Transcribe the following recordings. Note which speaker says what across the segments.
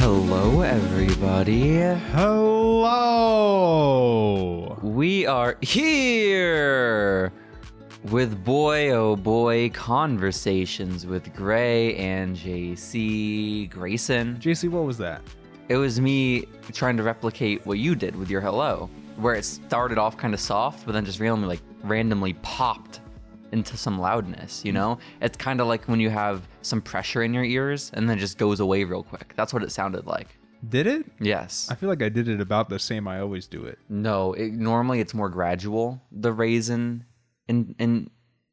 Speaker 1: Hello, everybody.
Speaker 2: Hello.
Speaker 1: We are here with boy oh boy conversations with Gray and JC Grayson.
Speaker 2: JC, what was that?
Speaker 1: It was me trying to replicate what you did with your hello, where it started off kind of soft, but then just randomly like randomly popped into some loudness, you know? It's kind of like when you have some pressure in your ears and then it just goes away real quick. That's what it sounded like.
Speaker 2: Did it?
Speaker 1: Yes.
Speaker 2: I feel like I did it about the same I always do it.
Speaker 1: No, it, normally it's more gradual. The raisin in in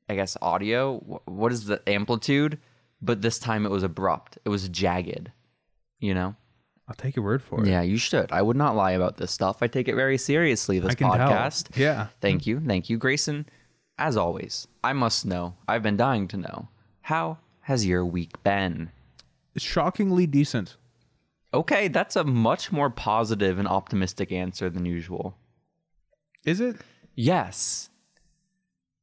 Speaker 1: I guess audio. wh- What is the amplitude? But this time it was abrupt. It was jagged. You know.
Speaker 2: I'll take your word for it.
Speaker 1: Yeah, you should. I would not lie about this stuff. I take it very seriously. This
Speaker 2: I can
Speaker 1: podcast.
Speaker 2: tell. Yeah.
Speaker 1: Thank you, thank you, Grayson. As always, I must know. I've been dying to know. How has your week been?
Speaker 2: Shockingly decent.
Speaker 1: Okay, that's a much more positive and optimistic answer than usual.
Speaker 2: Is it?
Speaker 1: Yes.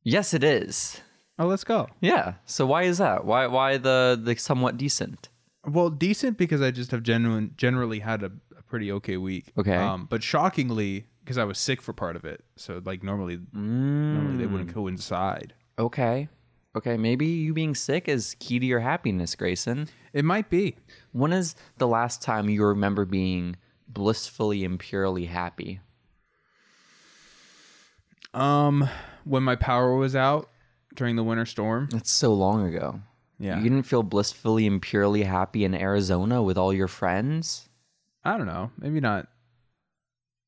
Speaker 1: Yes, it is.
Speaker 2: Oh, let's go.
Speaker 1: Yeah. So why is that? Why why the the somewhat decent?
Speaker 2: Well, decent because I just have genuine, generally had a, a pretty okay week.
Speaker 1: Okay.
Speaker 2: Um, but shockingly, because I was sick for part of it, so like normally, normally they
Speaker 1: Mm.
Speaker 2: wouldn't coincide.
Speaker 1: Okay. Okay, maybe you being sick is key to your happiness, Grayson.
Speaker 2: It might be.
Speaker 1: When is the last time you remember being blissfully and purely happy?
Speaker 2: Um, when my power was out during the winter storm.
Speaker 1: That's so long ago.
Speaker 2: Yeah.
Speaker 1: You didn't feel blissfully and purely happy in Arizona with all your friends,
Speaker 2: I don't know. Maybe not.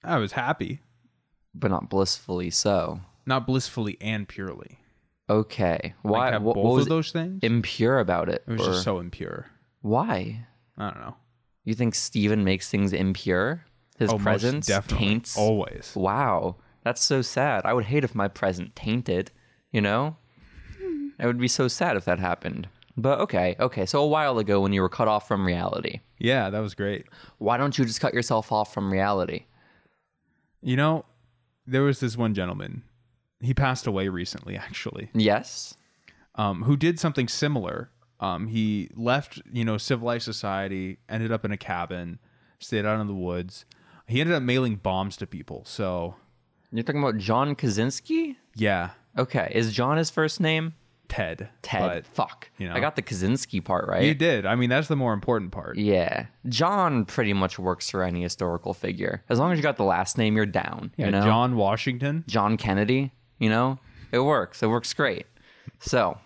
Speaker 2: I was happy,
Speaker 1: but not blissfully so.
Speaker 2: not blissfully and purely.
Speaker 1: Okay. Why
Speaker 2: like have
Speaker 1: wh- what,
Speaker 2: both
Speaker 1: was
Speaker 2: of those things.
Speaker 1: impure about it?
Speaker 2: It was
Speaker 1: or-
Speaker 2: just so impure.
Speaker 1: why?
Speaker 2: I don't know.
Speaker 1: You think Steven makes things impure? His
Speaker 2: Oh, most
Speaker 1: presence
Speaker 2: definitely.
Speaker 1: taints.
Speaker 2: always.
Speaker 1: Wow, that's so sad. I would hate if my present tainted. You know, I would be so sad if that happened. But okay, okay. So a while ago, when you were cut off from reality,
Speaker 2: Yeah, that was great.
Speaker 1: why don't you just cut yourself off from reality?
Speaker 2: You know, there was this one gentleman. He passed away recently, actually.
Speaker 1: Yes.
Speaker 2: Um, who did something similar. Um, he left, you know, civilized society, ended up in a cabin, stayed out in the woods. He ended up mailing bombs to people. So
Speaker 1: You're talking about John Kaczynski.
Speaker 2: yeah,
Speaker 1: Okay, is John his first name?
Speaker 2: Ted.
Speaker 1: Ted.
Speaker 2: But
Speaker 1: Fuck.
Speaker 2: you know.
Speaker 1: I got the Kaczynski part right.
Speaker 2: you did. I mean, that's the more important part.
Speaker 1: yeah, John pretty much works for any historical figure. As long as you got the last name, you're down.
Speaker 2: Yeah,
Speaker 1: you know?
Speaker 2: John Washington.
Speaker 1: John Kennedy, you know? It works. It works great. So,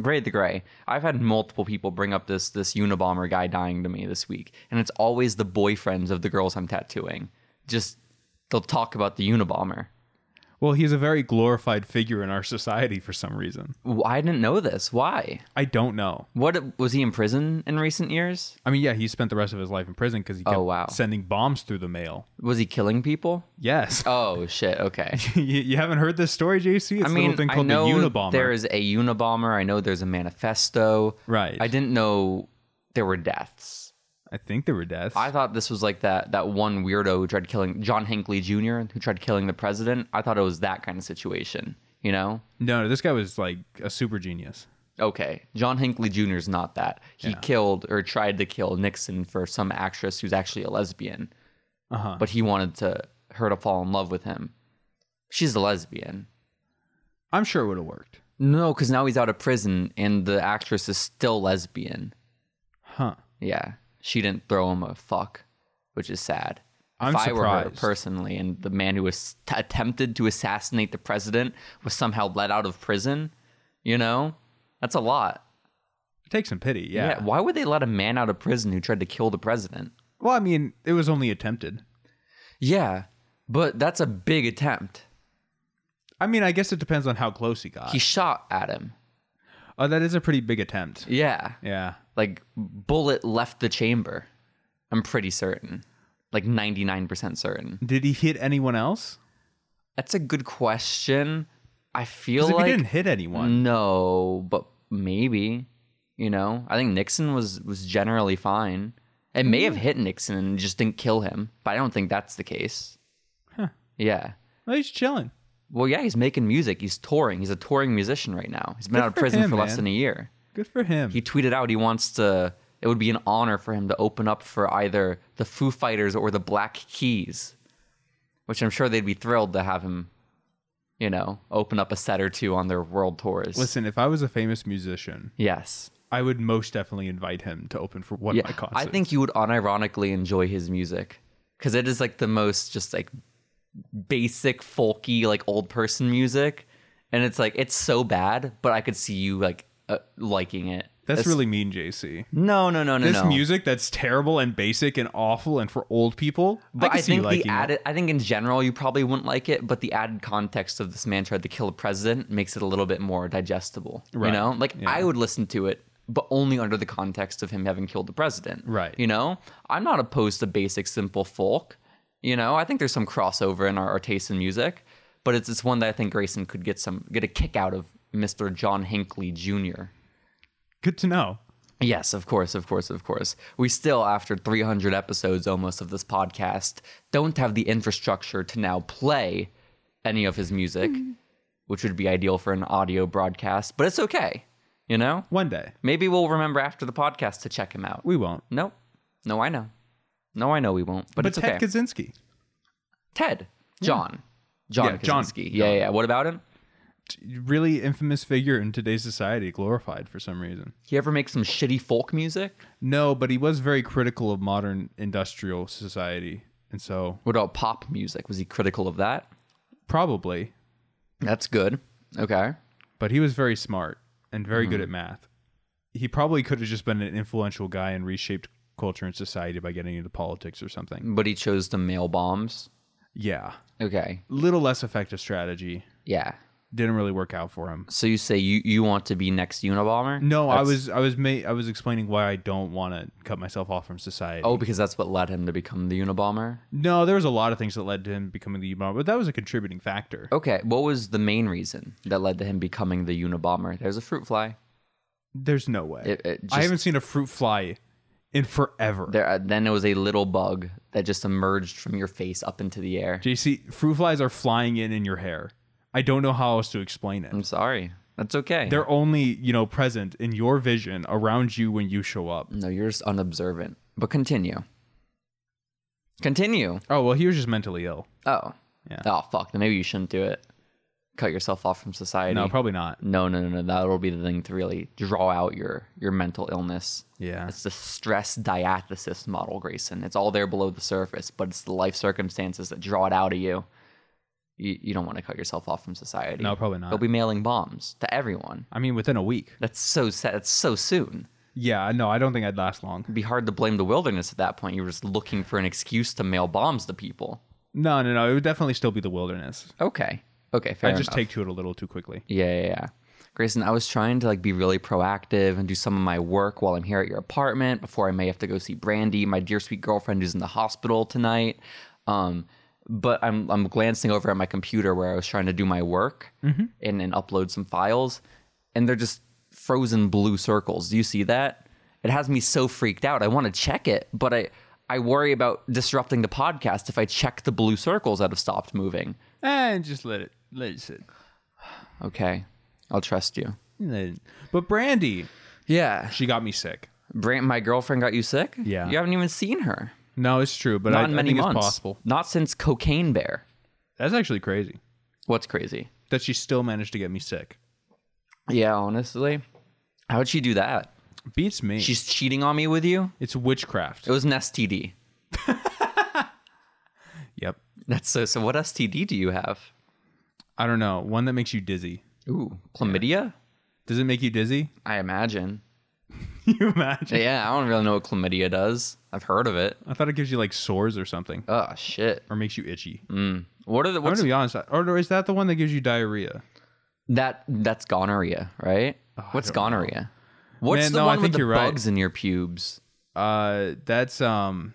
Speaker 1: grade the gray. I've had multiple people bring up this this Unabomber guy dying to me this week, and it's always the boyfriends of the girls I'm tattooing. Just they'll talk about the Unabomber.
Speaker 2: Well, he's a very glorified figure in our society for some reason.
Speaker 1: Wh- I didn't know this. Why?
Speaker 2: I don't know.
Speaker 1: What was he in prison in recent years?
Speaker 2: I mean, yeah, he spent the rest of his life in prison because he kept
Speaker 1: Oh, wow.
Speaker 2: sending bombs through the mail.
Speaker 1: Was he killing people?
Speaker 2: Yes.
Speaker 1: Oh shit, okay.
Speaker 2: you, you haven't heard this story, JC? It's
Speaker 1: I
Speaker 2: a
Speaker 1: mean,
Speaker 2: little thing
Speaker 1: I
Speaker 2: called
Speaker 1: know
Speaker 2: the Unabomber.
Speaker 1: there is a Unabomber. I know there's a manifesto.
Speaker 2: Right.
Speaker 1: I didn't know there were deaths.
Speaker 2: I think there were deaths.
Speaker 1: I thought this was like that that one weirdo who tried killing John Hinckley Jr. who tried killing the president. I thought it was that kind of situation, you know?
Speaker 2: no, no, this guy was like a super genius.
Speaker 1: Okay, John Hinckley Jr. is not that. He killed or tried to kill Nixon for some actress who's actually a lesbian,
Speaker 2: Uh-huh.
Speaker 1: but he wanted to her to fall in love with him. She's a lesbian.
Speaker 2: I'm sure it would have worked.
Speaker 1: No, because now he's out of prison and the actress is still lesbian.
Speaker 2: Huh.
Speaker 1: Yeah, she didn't throw him a fuck, which is sad.
Speaker 2: I'm
Speaker 1: if I were her
Speaker 2: surprised.
Speaker 1: personally, and the man who was t- attempted to assassinate the president was somehow let out of prison, you know, that's a lot.
Speaker 2: Take some pity, yeah.
Speaker 1: Why would they let a man out of prison who tried to kill the president?
Speaker 2: Well, I mean, it was only attempted.
Speaker 1: Yeah, but that's a big attempt.
Speaker 2: I mean, I guess it depends on how close he got.
Speaker 1: He shot at him.
Speaker 2: oh, that is a pretty big attempt.
Speaker 1: Yeah,
Speaker 2: Yeah.
Speaker 1: like bullet left the chamber. I'm pretty certain, like 99% certain.
Speaker 2: Did he hit anyone else?
Speaker 1: That's a good question. I feel
Speaker 2: 'Cause if
Speaker 1: like Mm.
Speaker 2: he didn't hit anyone,
Speaker 1: No, but maybe. You know, I think Nixon was was generally fine. It may
Speaker 2: Mm.
Speaker 1: have hit Nixon and just didn't kill him, but I don't think that's the case. Yeah.
Speaker 2: well, he's chilling.
Speaker 1: Well, yeah, he's making music. He's touring. He's a touring musician right now. He's been
Speaker 2: Good
Speaker 1: out of
Speaker 2: for
Speaker 1: prison
Speaker 2: him,
Speaker 1: for less
Speaker 2: man.
Speaker 1: than a year.
Speaker 2: Good for him.
Speaker 1: He tweeted out he wants to it would be an honor for him to open up for either the Foo Fighters or the Black Keys, which I'm sure they'd be thrilled to have him, you know, open up a set or two on their world tours.
Speaker 2: Listen, if I was a famous musician,
Speaker 1: yes.
Speaker 2: I would most definitely invite him to open for one
Speaker 1: Yeah,
Speaker 2: of my concerts.
Speaker 1: I think you would unironically enjoy his music because it is like the most just like basic folky like old person music, and it's like it's so bad, but I could see you like uh, liking it.
Speaker 2: that's
Speaker 1: It's-
Speaker 2: really mean, JC.
Speaker 1: no, no, no, no.
Speaker 2: This
Speaker 1: no.
Speaker 2: music that's terrible and basic and awful and for old people.
Speaker 1: But
Speaker 2: I,
Speaker 1: I,
Speaker 2: can see you
Speaker 1: think the
Speaker 2: liking it.
Speaker 1: added, I think in general you probably wouldn't like it, but the added context of this man tried to kill a president makes it a little bit more digestible.
Speaker 2: Right.
Speaker 1: You know, like
Speaker 2: Yeah.
Speaker 1: I would listen to it, but only under the context of him having killed the president.
Speaker 2: Right.
Speaker 1: You know, I'm not opposed to basic, simple folk. You know, I think there's some crossover in our, our taste in music, but it's it's one that I think Grayson could get some get a kick out of Mr. John Hinckley Jr.
Speaker 2: Good to know.
Speaker 1: Yes, of course, of course, of course. We still, after 300 episodes almost of this podcast, don't have the infrastructure to now play any of his music, which would be ideal for an audio broadcast, but it's okay. You know?
Speaker 2: One day
Speaker 1: Maybe we'll remember after the podcast to check him out.
Speaker 2: we won't.
Speaker 1: Nope. No, I know. No, I know we won't, but,
Speaker 2: But
Speaker 1: it's
Speaker 2: Ted
Speaker 1: okay.
Speaker 2: Kaczynski,
Speaker 1: Ted. John. John
Speaker 2: Yeah, John.
Speaker 1: Kaczynski. Yeah, yeah, yeah. What about him?
Speaker 2: really infamous figure in today's society, glorified for some reason.
Speaker 1: He ever make some shitty folk music?
Speaker 2: No, but he was very critical of modern industrial society, and so
Speaker 1: What about pop music? Was he critical of that?
Speaker 2: probably.
Speaker 1: That's good. Okay.
Speaker 2: But he was very smart and very good at
Speaker 1: Mm-hmm.
Speaker 2: math. He probably could have just been an influential guy and reshaped culture and society by getting into politics or something.
Speaker 1: but he chose to mail bombs.
Speaker 2: Yeah,
Speaker 1: Okay.
Speaker 2: little less effective strategy.
Speaker 1: Yeah.
Speaker 2: Didn't really work out for him.
Speaker 1: So you say you, you want to be next Unabomber?
Speaker 2: No, I
Speaker 1: That's-
Speaker 2: was I was ma- I was explaining why I don't want to cut myself off from society.
Speaker 1: Oh, because that's what led him to become the Unabomber.
Speaker 2: No, there was a lot of things that led to him becoming the Unabomber, but that was a contributing factor.
Speaker 1: Okay. What was the main reason that led to him becoming the Unabomber? There's a fruit fly.
Speaker 2: There's no way.
Speaker 1: It, it just,
Speaker 2: I haven't seen a fruit fly in forever.
Speaker 1: There, uh, then there was a little bug that just emerged from your face up into the air.
Speaker 2: JC, fruit flies are flying in in your hair. I don't know how else to explain it.
Speaker 1: I'm sorry. That's okay.
Speaker 2: They're only, you know, present in your vision around you when you show up.
Speaker 1: no, you're just unobservant. But continue. Continue.
Speaker 2: Oh, well, he was just mentally ill.
Speaker 1: Oh.
Speaker 2: Yeah.
Speaker 1: Oh, fuck. Then maybe you shouldn't do it. Cut yourself off from society.
Speaker 2: No, probably not.
Speaker 1: No, no, no, no. That'll be the thing to really draw out your your mental illness.
Speaker 2: Yeah.
Speaker 1: It's the stress diathesis model, Grayson. It's all there below the surface, but it's the life circumstances that draw it out of you. You, you don't want to cut yourself off from society.
Speaker 2: No, probably
Speaker 1: They'll
Speaker 2: not.
Speaker 1: be mailing bombs to everyone.
Speaker 2: I mean, within a week.
Speaker 1: That's so sad. That's so soon.
Speaker 2: Yeah, no, I don't think I'd last long.
Speaker 1: It'd be hard to blame the wilderness at that point. You were just looking for an excuse to mail bombs to people.
Speaker 2: No, no, no. It would definitely still be the wilderness.
Speaker 1: Okay. Okay. Fair
Speaker 2: I just
Speaker 1: enough.
Speaker 2: take to it a little too quickly.
Speaker 1: Yeah, yeah, yeah. Grayson, I was trying to like be really proactive and do some of my work while I'm here at your apartment before I may have to go see Brandy, my dear sweet girlfriend who's in the hospital tonight. Um, but I'm I'm glancing over at my computer where I was trying to do my work and, and upload some files, and they're just frozen blue circles. Do you see that? It has me so freaked out. I want to check it, but I I worry about disrupting the podcast if I check the blue circles that have stopped moving.
Speaker 2: And just let it, let it sit.
Speaker 1: Okay, I'll trust you.
Speaker 2: Let it- But Brandy,
Speaker 1: Yeah.
Speaker 2: she got me sick.
Speaker 1: Brand, my girlfriend got you sick.
Speaker 2: Yeah.
Speaker 1: you haven't even seen her.
Speaker 2: No, it's true, but
Speaker 1: Not
Speaker 2: I,
Speaker 1: in
Speaker 2: I
Speaker 1: many
Speaker 2: think
Speaker 1: months.
Speaker 2: it's possible.
Speaker 1: Not since Cocaine Bear.
Speaker 2: That's actually crazy
Speaker 1: What's crazy?
Speaker 2: that she still managed to get me sick.
Speaker 1: Yeah, honestly, how would she do that?
Speaker 2: Beats me.
Speaker 1: She's cheating on me with you.
Speaker 2: it's witchcraft.
Speaker 1: It was an STD.
Speaker 2: Yep.
Speaker 1: That's so. So what STD do you have?
Speaker 2: I don't know. One that makes you dizzy.
Speaker 1: Ooh, chlamydia.
Speaker 2: Does it make you dizzy?
Speaker 1: I imagine.
Speaker 2: you imagine?
Speaker 1: Yeah, I don't really know what chlamydia does. I've heard of it.
Speaker 2: I thought it gives you like sores or something,
Speaker 1: Oh shit.
Speaker 2: or makes you itchy.
Speaker 1: Mm. What are the
Speaker 2: I'm
Speaker 1: what's
Speaker 2: gonna be honest. I- Or is that the one that gives you diarrhea?
Speaker 1: that? That's gonorrhea, right?
Speaker 2: Oh,
Speaker 1: what's gonorrhea? What's
Speaker 2: Man,
Speaker 1: the
Speaker 2: no, I
Speaker 1: one
Speaker 2: think
Speaker 1: with the
Speaker 2: you're right.
Speaker 1: bugs in your pubes?
Speaker 2: Uh, that's um.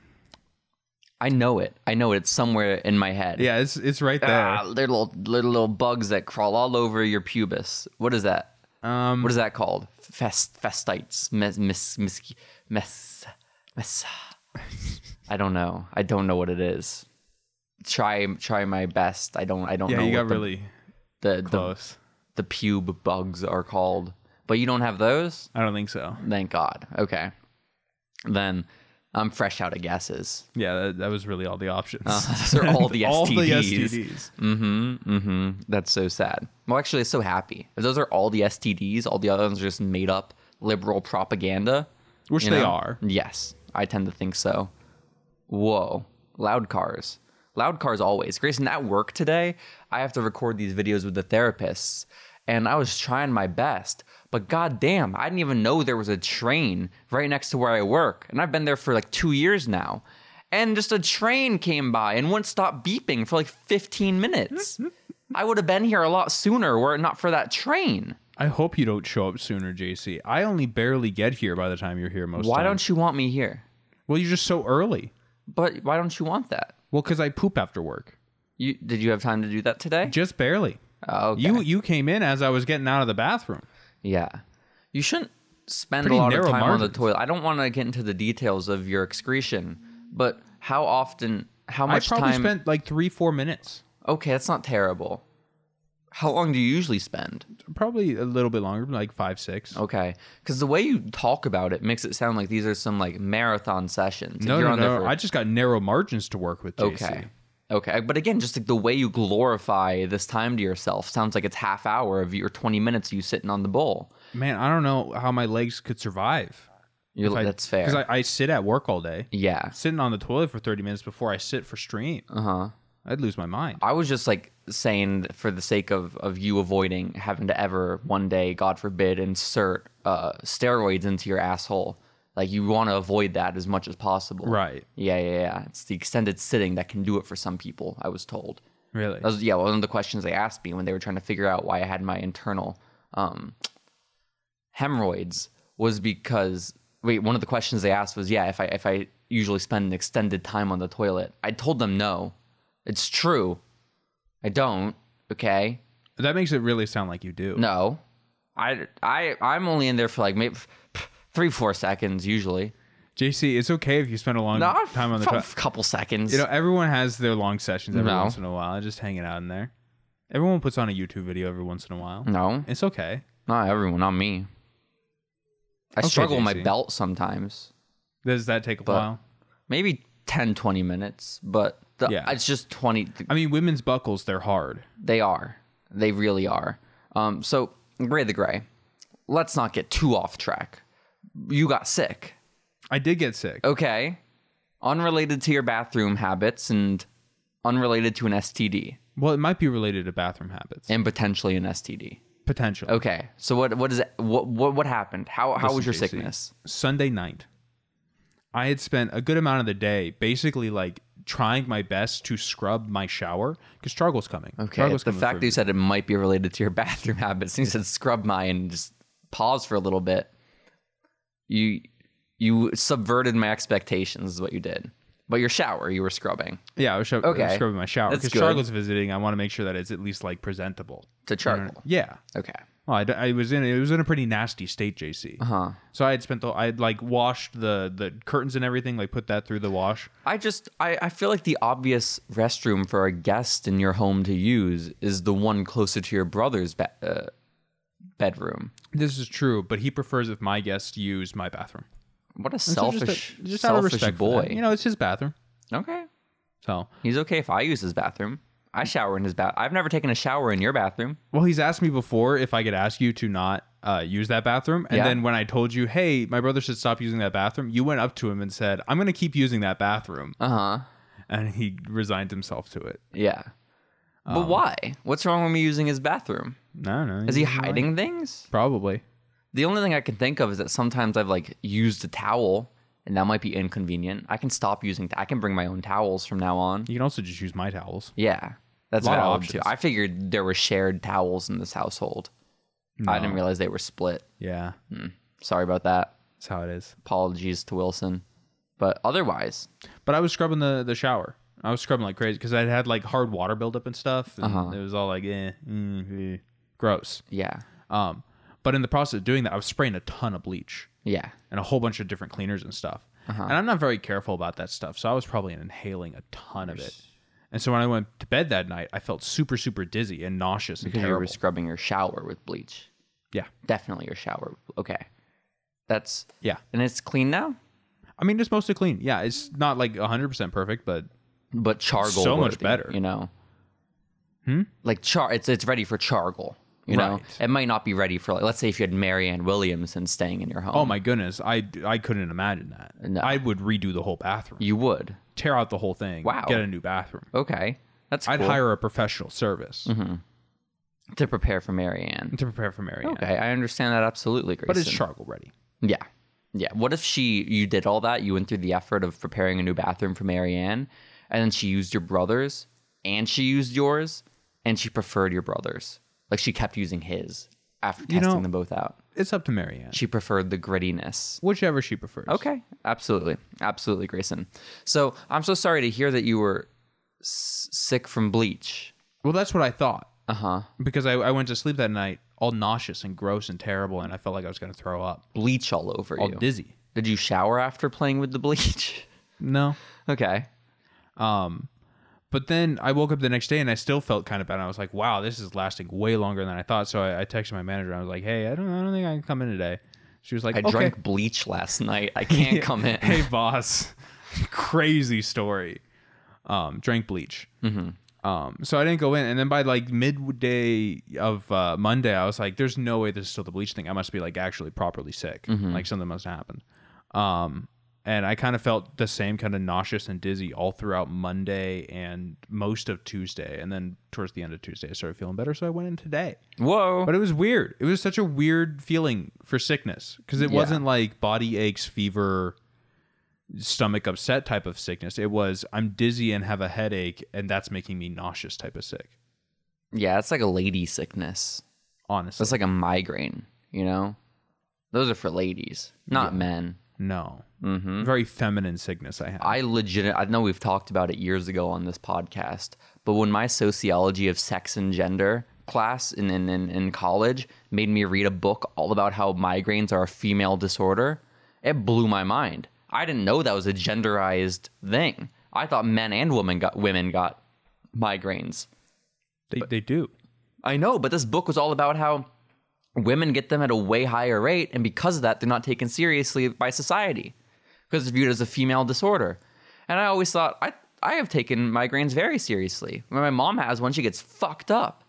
Speaker 1: I know it. I know it. It's somewhere in my head.
Speaker 2: Yeah, it's it's right there.
Speaker 1: Ah, little little little bugs that crawl all over your pubis. What is that?
Speaker 2: Um,
Speaker 1: What is that called? Fest festites. Mes mis mis mes mes. I don't know. I don't know what it is. Try try my best. I don't I don't
Speaker 2: yeah,
Speaker 1: know
Speaker 2: you
Speaker 1: what
Speaker 2: got
Speaker 1: the,
Speaker 2: really
Speaker 1: the, the
Speaker 2: close.
Speaker 1: the pube bugs are called. But you don't have those?
Speaker 2: I don't think so.
Speaker 1: Thank God. Okay. then I'm fresh out of guesses.
Speaker 2: Yeah, that, that was really all the options.
Speaker 1: those are Uh, all the
Speaker 2: all the
Speaker 1: STDs.
Speaker 2: STDs.
Speaker 1: Mm-hmm. Mm-hmm. That's so sad. Well, actually, it's so happy. If those are all the STDs, all the other ones are just made up liberal propaganda.
Speaker 2: Which
Speaker 1: you
Speaker 2: they
Speaker 1: know?
Speaker 2: are.
Speaker 1: Yes, I tend to think so. Whoa, loud cars. Loud cars always. Grayson, at work today, I have to record these videos with the therapists, and I was trying my best, but goddamn, I didn't even know there was a train right next to where I work, and I've been there for like two years now. And just a train came by and wouldn't stop beeping for like 15 minutes. I would have been here a lot sooner were it not for that train.
Speaker 2: I hope you don't show up sooner, JC. I only barely get here by the time you're here most
Speaker 1: Why
Speaker 2: time.
Speaker 1: don't you want me here?
Speaker 2: Well, you're just so early.
Speaker 1: But why don't you want that?
Speaker 2: Well, because I poop after work.
Speaker 1: You did you have time to do that today?
Speaker 2: Just barely.
Speaker 1: Oh, okay.
Speaker 2: You you came in as I was getting out of the bathroom.
Speaker 1: yeah. You shouldn't spend a
Speaker 2: Pretty
Speaker 1: lot of
Speaker 2: narrow
Speaker 1: time on the
Speaker 2: margins.
Speaker 1: toilet. I don't want to get into the details of your excretion, but how often? How
Speaker 2: I
Speaker 1: much
Speaker 2: probably
Speaker 1: time?
Speaker 2: spent like three, four minutes.
Speaker 1: okay, that's not terrible. How long do you usually spend?
Speaker 2: Probably a little bit longer, like five, six.
Speaker 1: Okay, because the way you talk about it makes it sound like these are some like marathon sessions.
Speaker 2: no,
Speaker 1: If you're
Speaker 2: no,
Speaker 1: on there
Speaker 2: no.
Speaker 1: for-
Speaker 2: I just got narrow margins to work with, JC.
Speaker 1: okay, okay. But again, just like the way you glorify this time to yourself sounds like it's half hour of your twenty minutes you sitting on the bowl.
Speaker 2: Man, I don't know how my legs could survive.
Speaker 1: You're,
Speaker 2: If I-
Speaker 1: that's fair.
Speaker 2: Because I, I sit at work all day.
Speaker 1: yeah.
Speaker 2: Sitting on the toilet for 30 minutes before I sit for stream.
Speaker 1: Uh huh.
Speaker 2: I'd lose my mind.
Speaker 1: I was just like saying that for the sake of of you avoiding having to ever one day, God forbid, insert uh, steroids into your asshole. Like you want to avoid that as much as possible.
Speaker 2: Right.
Speaker 1: Yeah, yeah, yeah. It's the extended sitting that can do it for some people. I was told.
Speaker 2: Really?
Speaker 1: That was yeah one of the questions they asked me when they were trying to figure out why I had my internal um, hemorrhoids was because wait one of the questions they asked was yeah if I if I usually spend an extended time on the toilet I told them no it's true I don't okay
Speaker 2: That makes it really sound like you do.
Speaker 1: no I I I'm only in there for like maybe three four seconds usually
Speaker 2: JC, it's okay if you spend a long
Speaker 1: not
Speaker 2: time on the
Speaker 1: f-
Speaker 2: toilet.
Speaker 1: f- couple seconds
Speaker 2: You know, everyone has their long sessions every
Speaker 1: No.
Speaker 2: once in a while, just hanging out in there. Everyone puts on a YouTube video every once in a while.
Speaker 1: no
Speaker 2: It's okay.
Speaker 1: not everyone not me I
Speaker 2: Okay,
Speaker 1: struggle with my
Speaker 2: JC.
Speaker 1: belt sometimes
Speaker 2: Does that take a while?
Speaker 1: maybe 10 20 minutes but the,
Speaker 2: Yeah.
Speaker 1: it's just 20 th-
Speaker 2: I mean, women's buckles, they're hard.
Speaker 1: they are they really are um so gray the gray let's not get too off track you got sick
Speaker 2: I did get sick.
Speaker 1: okay unrelated to your bathroom habits and unrelated to an std
Speaker 2: Well, it might be related to bathroom habits.
Speaker 1: and potentially an std
Speaker 2: Potentially.
Speaker 1: okay so what what is it what what, what happened how how was your
Speaker 2: Listen, JC,
Speaker 1: sickness
Speaker 2: Sunday night, I had spent a good amount of the day basically like trying my best to scrub my shower because Chargle's coming.
Speaker 1: okay
Speaker 2: Chargle's
Speaker 1: the
Speaker 2: coming
Speaker 1: fact
Speaker 2: for
Speaker 1: that you
Speaker 2: me.
Speaker 1: said it might be related to your bathroom habits and you said scrub my and just pause for a little bit you you subverted my expectations is what you did but your shower you were scrubbing
Speaker 2: yeah, I was, sho- I was
Speaker 1: Okay.
Speaker 2: scrubbing my shower
Speaker 1: That's
Speaker 2: because
Speaker 1: good.
Speaker 2: Chargle's visiting. I want to make sure that it's at least like presentable.
Speaker 1: to charcoal
Speaker 2: Yeah.
Speaker 1: okay
Speaker 2: Well, I, d- I was in it was in a pretty nasty state, JC. Uh-huh. So I had spent the I had like washed the the curtains and everything, like put that through the wash.
Speaker 1: i just I, I feel like the obvious restroom for a guest in your home to use is the one closer to your brother's be- uh, bedroom
Speaker 2: This is true, but he prefers if my guests use my bathroom.
Speaker 1: what a
Speaker 2: So just-
Speaker 1: selfish
Speaker 2: just, out of
Speaker 1: selfish
Speaker 2: respect for
Speaker 1: boy
Speaker 2: that. You know, it's his bathroom.
Speaker 1: okay
Speaker 2: So
Speaker 1: he's okay if i use his bathroom i shower in his bath i've never taken a shower in your bathroom
Speaker 2: Well, he's asked me before if I could ask you to not uh, use that bathroom. And
Speaker 1: Yeah.
Speaker 2: then when I told you, hey, my brother should stop using that bathroom, you went up to him and said, I'm going to keep using that bathroom.
Speaker 1: uh-huh
Speaker 2: And he resigned himself to it.
Speaker 1: Yeah. But
Speaker 2: Um,
Speaker 1: why? What's wrong with me using his bathroom?
Speaker 2: No, no.
Speaker 1: Is he hiding things?
Speaker 2: Probably.
Speaker 1: The only thing I can think of is that sometimes I've like used a towel and that might be inconvenient. I can stop using I can bring my own towels from now on.
Speaker 2: You can also just use my towels.
Speaker 1: Yeah. That's
Speaker 2: Lot of
Speaker 1: valid too.
Speaker 2: options.
Speaker 1: I figured there were shared towels in this household. I didn't realize they were split.
Speaker 2: Yeah.
Speaker 1: Sorry about that.
Speaker 2: That's how it is.
Speaker 1: Apologies to Wilson. But otherwise,
Speaker 2: But I was scrubbing the, the shower. I was scrubbing like crazy because I had like hard water buildup and stuff. And It was all like, eh, mm, eh, gross.
Speaker 1: yeah.
Speaker 2: Um, but in the process of doing that, I was spraying a ton of bleach.
Speaker 1: Yeah.
Speaker 2: and a whole bunch of different cleaners and stuff.
Speaker 1: Uh-huh.
Speaker 2: And I'm not very careful about that stuff, so I was probably inhaling a ton of it. And so when I went to bed that night, I felt super, super dizzy and nauseous and
Speaker 1: Because you were
Speaker 2: terrible.
Speaker 1: scrubbing your shower with bleach.
Speaker 2: Yeah,
Speaker 1: Definitely your shower. Okay. That's
Speaker 2: yeah.
Speaker 1: and it's clean now?
Speaker 2: I mean, it's mostly clean. Yeah, it's not like 100% perfect, but
Speaker 1: but charcoal
Speaker 2: So much
Speaker 1: worthy,
Speaker 2: better.
Speaker 1: you know hmm? like char it's it's ready for charcoal you know
Speaker 2: Right.
Speaker 1: it might not be ready for like let's say if you had marianne williamson staying in your home
Speaker 2: oh my goodness, I, I couldn't imagine that.
Speaker 1: No.
Speaker 2: I would redo the whole bathroom,
Speaker 1: you would
Speaker 2: tear out the whole thing,
Speaker 1: Wow.
Speaker 2: get a new bathroom.
Speaker 1: okay that's
Speaker 2: I'd
Speaker 1: cool. Mm-hmm.
Speaker 2: hire a professional service
Speaker 1: to prepare for marianne
Speaker 2: to prepare for Marianne.
Speaker 1: okay i understand that absolutely Grayson.
Speaker 2: But it's charcoal ready.
Speaker 1: yeah yeah what if she you did all that you went through the effort of preparing a new bathroom for marianne and then she used your brother's and she used yours and she preferred your brother's like she kept using his after testing
Speaker 2: know-
Speaker 1: them both out
Speaker 2: It's up to Marianne.
Speaker 1: she preferred the grittiness
Speaker 2: Whichever she prefers.
Speaker 1: Okay, absolutely, absolutely, Grayson. So I'm so sorry to hear that you were s- sick from bleach.
Speaker 2: Well, that's what I thought.
Speaker 1: Uh huh.
Speaker 2: Because I, I went to sleep that night all nauseous and gross and terrible, and I felt like I was going to throw up.
Speaker 1: Bleach all over
Speaker 2: All
Speaker 1: you.
Speaker 2: dizzy.
Speaker 1: Did you shower after playing with the bleach?
Speaker 2: No.
Speaker 1: okay.
Speaker 2: But then I woke up the next day and I still felt kind of bad. And I was like, wow, this is lasting way longer than I thought. So I, I texted my manager. and I was like, hey, I don't, I don't think I can come in today. She was like,
Speaker 1: I
Speaker 2: okay.
Speaker 1: drank bleach last night. I can't come in.
Speaker 2: hey, boss. Crazy story. Um, drank bleach. Mm-hmm. Um, so I didn't go in. And then by like midday of uh, Monday, I was like, there's no way this is still the bleach thing. I must be like actually properly sick.
Speaker 1: Mm-hmm.
Speaker 2: Like something must have happened. Um, and I kind of felt the same kind of nauseous and dizzy all throughout Monday and most of Tuesday. And then towards the end of Tuesday, I started feeling better. So I went in today.
Speaker 1: Whoa.
Speaker 2: But it was weird. It was such a weird feeling for sickness because it
Speaker 1: Yeah.
Speaker 2: wasn't like body aches, fever, stomach upset type of sickness. It was I'm dizzy and have a headache, and that's making me nauseous type of sick.
Speaker 1: yeah, it's like a lady sickness.
Speaker 2: Honestly,
Speaker 1: That's like a migraine. You know, those are for ladies, not men.
Speaker 2: no, mm-hmm. very feminine sickness I have.
Speaker 1: I legit I know we've talked about it years ago on this podcast, but when my sociology of sex and gender class in in, in, in college made me read a book all about how migraines are a female disorder, it blew my mind. I didn't know that was a genderized thing. I thought men and women got women got migraines.
Speaker 2: they, they do.
Speaker 1: I know, but this book was all about how women get them at a way higher rate, and because of that, they're not taken seriously by society because it's viewed as a female disorder. And I always thought I I have taken migraines very seriously. When my mom has one, she gets fucked up,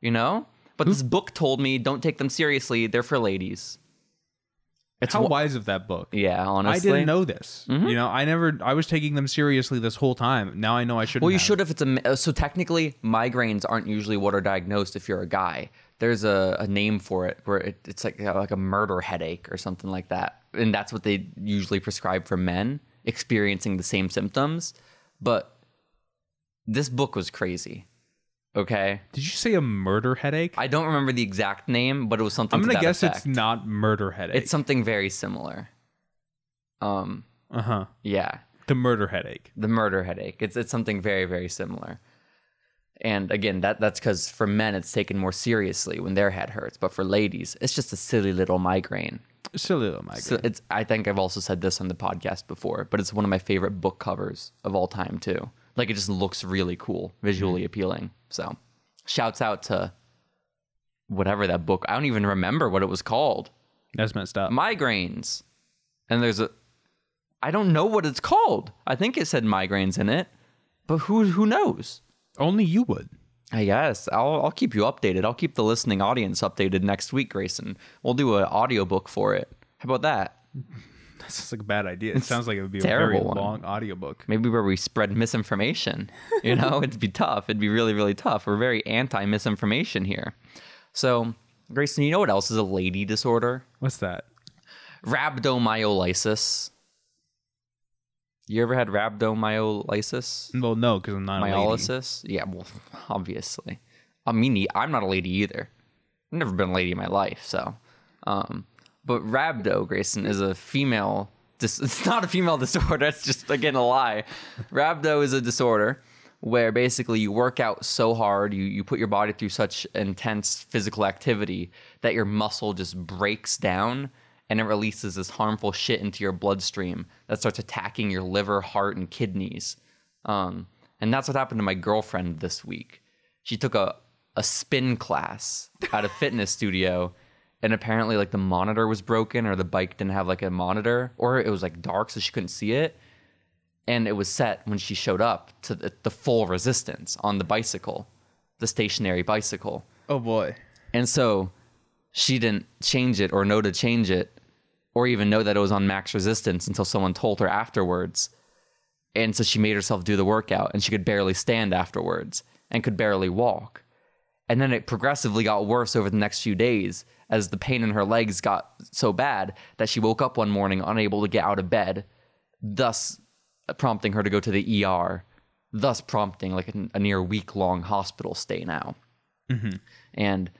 Speaker 1: you know.
Speaker 2: Hmm?
Speaker 1: But this book told me don't take them seriously; they're for ladies.
Speaker 2: How wise of that book.
Speaker 1: Yeah,
Speaker 2: I
Speaker 1: honestly, Mm-hmm.
Speaker 2: didn't know this. You know, I never. I was taking them seriously this whole time. Now I know I should.
Speaker 1: Well, you should if it's a ma- so technically migraines aren't usually what are diagnosed if you're a guy. There's a, a name for it where it, it's like uh, like a murder headache or something like that, and that's what they usually prescribe for men experiencing the same symptoms. But this book was crazy. Okay,
Speaker 2: Did you say a murder headache?
Speaker 1: I don't remember the exact name, but it was something.
Speaker 2: I'm
Speaker 1: to
Speaker 2: gonna
Speaker 1: that
Speaker 2: guess
Speaker 1: effect.
Speaker 2: it's not murder headache.
Speaker 1: It's something very similar. Um.
Speaker 2: uh huh.
Speaker 1: Yeah.
Speaker 2: The murder headache.
Speaker 1: the murder headache. It's it's something very very similar. And again, that that's because for men it's taken more seriously when their head hurts, but for ladies it's just a silly little migraine.
Speaker 2: Silly little migraine.
Speaker 1: So it's I think I've also said this on the podcast before, but it's one of my favorite book covers of all time too. Like it just looks really cool, visually appealing. So, shouts out to whatever that book. I don't even remember what it was called.
Speaker 2: That's messed up.
Speaker 1: Migraines. And there's a I don't know what it's called. I think it said migraines in it, but who who knows?
Speaker 2: Only you would.
Speaker 1: I guess I'll I'll keep you updated. I'll keep the listening audience updated next week, Grayson. We'll do an audiobook for it. How about that?
Speaker 2: That's just like a bad idea. It sounds like it would be a very
Speaker 1: terrible one.
Speaker 2: long audiobook.
Speaker 1: Maybe where we spread misinformation. You know, it'd be tough. It'd be really, really tough. We're very anti misinformation here. So, Grayson, you know what else is a lady disorder?
Speaker 2: What's that?
Speaker 1: Rhabdomyolysis. You ever had rhabdomyolysis?
Speaker 2: Well, no, because I'm not a lady.
Speaker 1: Myolysis? Yeah, well, obviously. I mean, e- I'm not a lady either. I've never been a lady in my life, so. Um, but rhabdo, Grayson, is a female. Dis- it's not a female disorder. It's just again a lie. Rhabdo is a disorder where basically you work out so hard, you you put your body through such intense physical activity that your muscle just breaks down and it releases this harmful shit into your bloodstream that starts attacking your liver, heart, and kidneys. Um, and that's what happened to my girlfriend this week. She took a, a spin class at a fitness studio and apparently like the monitor was broken or the bike didn't have like a monitor or it was like dark so she couldn't see it and it was set when she showed up to the, the full resistance on the bicycle the stationary bicycle
Speaker 2: Oh boy.
Speaker 1: and so she didn't change it or know to change it or even know that it was on max resistance until someone told her afterwards. And so she made herself do the workout and she could barely stand afterwards and could barely walk. And then it progressively got worse over the next few days as the pain in her legs got so bad that she woke up one morning unable to get out of bed, thus prompting her to go to the ER, thus prompting like a, a near week long hospital stay now. And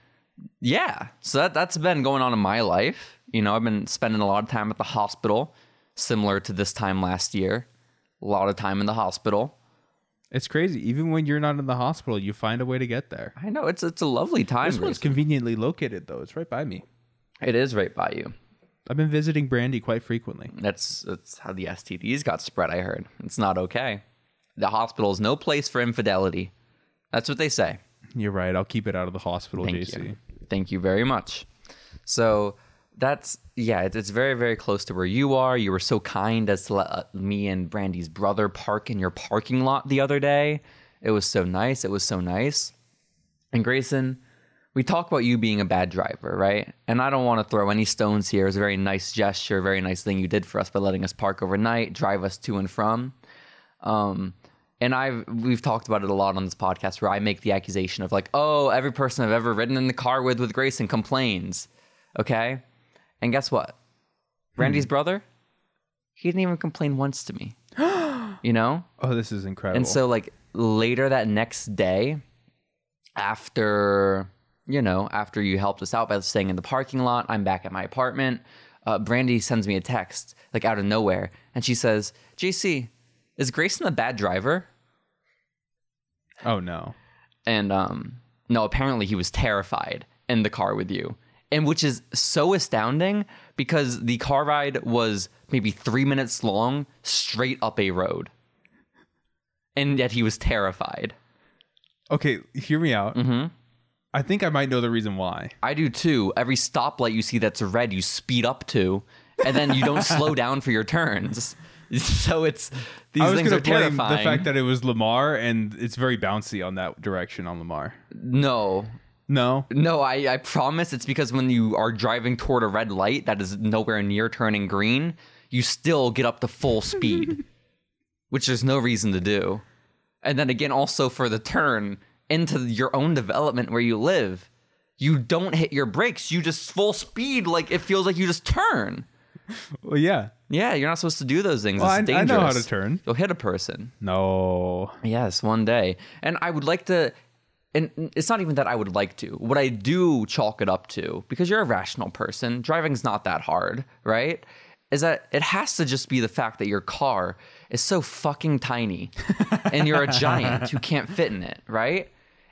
Speaker 1: yeah, so that that's been going on in my life. You know, I've been spending a lot of time at the hospital, similar to this time last year. A lot of time in the hospital.
Speaker 2: It's crazy. Even when you're not in the hospital, you find a way to get there.
Speaker 1: I know it's it's a lovely time.
Speaker 2: This
Speaker 1: Grace.
Speaker 2: one's conveniently located though. It's right by me.
Speaker 1: It is right by you.
Speaker 2: I've been visiting Brandy quite frequently.
Speaker 1: That's that's how the STDs got spread. I heard it's not okay. The hospital is no place for infidelity. That's what they say.
Speaker 2: You're right. I'll keep it out of the hospital,
Speaker 1: Thank
Speaker 2: JC.
Speaker 1: you. Thank you very much. So that's yeah, it- it's very very close to where you are. You were so kind as to let uh, me and Brandy's brother park in your parking lot the other day. It was so nice. It was so nice. And Grayson, we talk about you being a bad driver, right? And I don't want to throw any stones here. It was a very nice gesture, very nice thing you did for us by letting us park overnight, drive us to and from. Um, and I've we've talked about it a lot on this podcast where I make the accusation of like, oh, every person I've ever ridden in the car with with Grayson complains. Okay? And guess what? Randy's brother, he didn't even complain once to me. you know?
Speaker 2: Oh, this is incredible.
Speaker 1: And so like later that next day, after you know, after you helped us out by staying in the parking lot, I'm back at my apartment. Uh, Brandy sends me a text like out of nowhere, and she says, "JC, is Grayson a bad driver?"
Speaker 2: oh no.
Speaker 1: and um no apparently he was terrified in the car with you and which is so astounding because the car ride was maybe three minutes long straight up a road and yet he was terrified
Speaker 2: Okay, hear me out.
Speaker 1: Mhm.
Speaker 2: I think I might know the reason why.
Speaker 1: i do too every stoplight you see that's red you speed up to and then you don't slow down for your turns so it's these
Speaker 2: I was
Speaker 1: things
Speaker 2: gonna
Speaker 1: are
Speaker 2: blame
Speaker 1: terrifying
Speaker 2: the fact that it was Lamar, and it's very bouncy on that direction on Lamar.
Speaker 1: no
Speaker 2: No,
Speaker 1: No, I, I promise it's because when you are driving toward a red light that is nowhere near turning green, you still get up to full speed, which there's no reason to do. And then again, also for the turn into your own development where you live, you don't hit your brakes. You just full speed, like it feels like you just turn.
Speaker 2: well, yeah,
Speaker 1: Yeah, you're not supposed to do those things.
Speaker 2: Well,
Speaker 1: it's
Speaker 2: I- I know
Speaker 1: dangerous.
Speaker 2: how to turn.
Speaker 1: You'll hit a person.
Speaker 2: no.
Speaker 1: Yes, one day. And I would like to and it's not even that I would like to. What I do chalk it up to, because you're a rational person, driving's not that hard, right? Is that it has to just be the fact that your car is so fucking tiny and you're a giant who can't fit in it, right?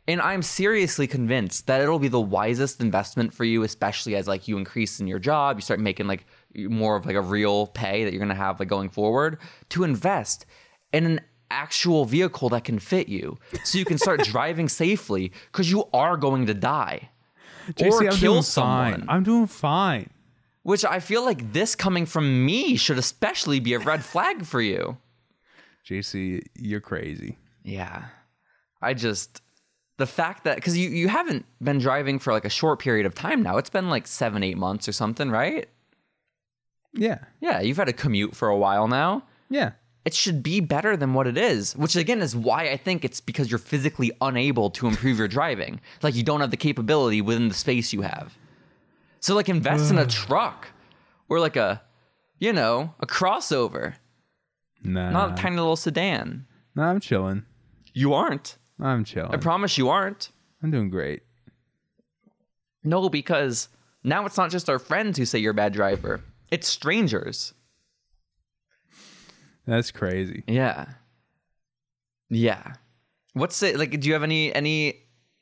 Speaker 1: And I'm seriously convinced that it'll be the wisest investment for you, especially as like you increase in your job, you start making like more of like a real pay that you're gonna have like going forward, to invest in an actual vehicle that can fit you, so you can start driving safely because you are going to die
Speaker 2: JC,
Speaker 1: or
Speaker 2: I'm
Speaker 1: kill
Speaker 2: doing
Speaker 1: someone.
Speaker 2: Fine. I'm doing fine.
Speaker 1: Which I feel like this coming from me should especially be a red flag for you.
Speaker 2: JC, you're crazy.
Speaker 1: Yeah. I just the fact that because you you haven't been driving for like a short period of time now. It's been like seven eight months or something, right?
Speaker 2: Yeah,
Speaker 1: Yeah, you've had a commute for a while now.
Speaker 2: yeah.
Speaker 1: It should be better than what it is, which again is why I think it's because you're physically unable to improve your driving. Like you don't have the capability within the space you have. So like invest in a truck or like a, you know, a crossover,
Speaker 2: Nah,
Speaker 1: not a tiny little sedan.
Speaker 2: nah I'm chilling.
Speaker 1: You aren't.
Speaker 2: I'm chilling.
Speaker 1: I promise you aren't.
Speaker 2: I'm doing great.
Speaker 1: No, because now it's not just our friends who say you're a bad driver. It's strangers.
Speaker 2: That's crazy.
Speaker 1: Yeah. Yeah. What's it like do you have any any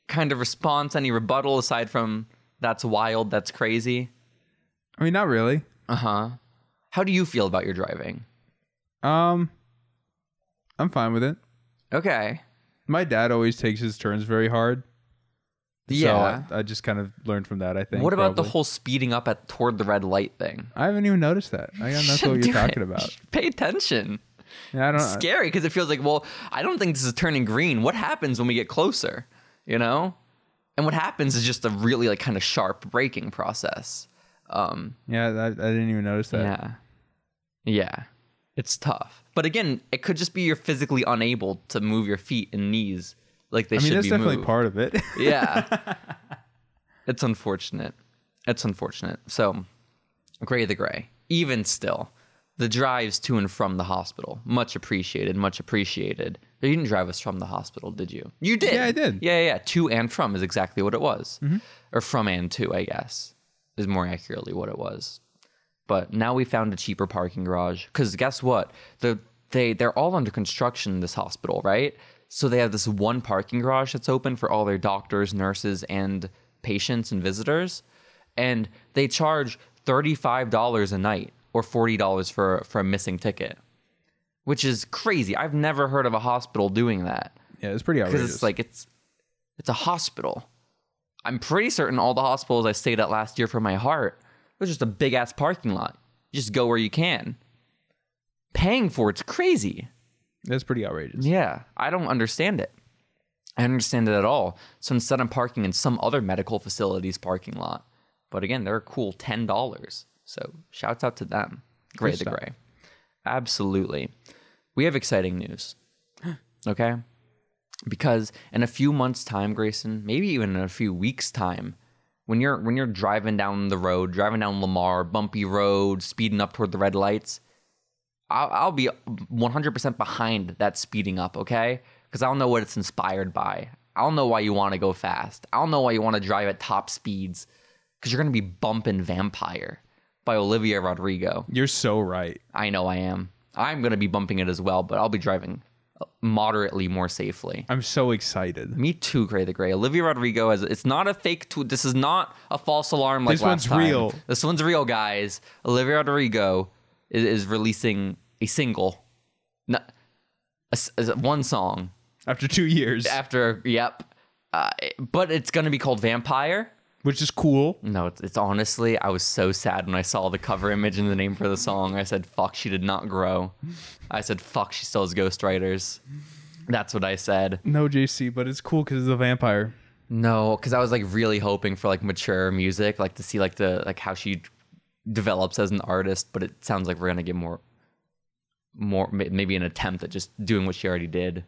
Speaker 1: kind of response, any rebuttal aside from that's wild, that's crazy?
Speaker 2: I mean, not really.
Speaker 1: Uh-huh. How do you feel about your driving?
Speaker 2: Um, I'm fine with it.
Speaker 1: Okay.
Speaker 2: My dad always takes his turns very hard.
Speaker 1: Yeah.
Speaker 2: So I, I just kind of learned from that, I think.
Speaker 1: What about the
Speaker 2: probably.
Speaker 1: whole speeding up at toward the red light thing?
Speaker 2: I haven't even noticed that. I don't know what
Speaker 1: Do
Speaker 2: you're talking
Speaker 1: it.
Speaker 2: about. Uh-huh.
Speaker 1: Pay attention.
Speaker 2: Yeah, I don't
Speaker 1: Scary because it feels like, well, I don't think this is turning green. What happens when we get closer? You know? And what happens is just a really like kind of sharp braking process. Um,
Speaker 2: Yeah, I, I didn't even notice that.
Speaker 1: yeah. Yeah. It's tough. But again, it could just be you're physically unable to move your feet and knees like they
Speaker 2: I mean,
Speaker 1: should
Speaker 2: that's
Speaker 1: be
Speaker 2: definitely
Speaker 1: moved.
Speaker 2: part of it.
Speaker 1: yeah. It's unfortunate. It's unfortunate. So, Gray the Gray, even still, the drives to and from the hospital, much appreciated, much appreciated. But you didn't drive us from the hospital, did you? You did.
Speaker 2: Yeah, I did. Mm-hmm.
Speaker 1: Yeah, yeah, yeah. To and from is exactly what it was. Or from and to, I guess, is more accurately what it was. But now we found a cheaper parking garage. Because guess what? The, they, they're all under construction, this hospital, right? So they have this one parking garage that's open for all their doctors, nurses, and patients and visitors. And they charge $35 a night or $40 for, for a missing ticket, which is crazy. I've never heard of a hospital doing that
Speaker 2: yeah, it's pretty outrageous.
Speaker 1: because it's like it's it's a hospital. I'm pretty certain all the hospitals I stayed at last year for my heart was just a big ass parking lot. You just go where you can. Paying for it's crazy.
Speaker 2: that's pretty outrageous.
Speaker 1: Yeah, I don't understand it. I don't understand it at all. So instead, I'm parking in some other medical facility's parking lot. But again, they're a cool ten dollars. So shouts out to them. Gray
Speaker 2: Good
Speaker 1: the
Speaker 2: stuff.
Speaker 1: gray. Absolutely. We have exciting news. Okay. Because in a few months' time, Grayson, maybe even in a few weeks' time, when you're when you're driving down the road, driving down Lamar, bumpy road, speeding up toward the red lights, I'll, I'll be 100% behind that speeding up, okay? Because I'll know what it's inspired by. I'll know why you want to go fast. I'll know why you want to drive at top speeds. Because you're going to be bumping Vampire by Olivia Rodrigo.
Speaker 2: You're so right.
Speaker 1: I know I am. I'm going to be bumping it as well, but I'll be driving moderately more safely.
Speaker 2: I'm so excited.
Speaker 1: Me too, Gray the Gray. Olivia Rodrigo has. It's not a fake tweet. This is not a false alarm like
Speaker 2: This
Speaker 1: last
Speaker 2: one's
Speaker 1: time.
Speaker 2: real.
Speaker 1: This one's real, guys. Olivia Rodrigo is, is releasing a single, not a s- is it one song
Speaker 2: After two years,
Speaker 1: after. Yep. Uh, but it's gonna be called Vampire.
Speaker 2: which is cool.
Speaker 1: No, it's, it's honestly, I was so sad when I saw the cover image and the name for the song. I said, fuck, she did not grow. I said, fuck, she still has ghostwriters. That's what I said.
Speaker 2: No, JC, but it's cool because it's a vampire.
Speaker 1: No, because I was like really hoping for like mature music, like to see like the like how she develops as an artist. But it sounds like we're gonna get more, more may- maybe an attempt at just doing what she already did,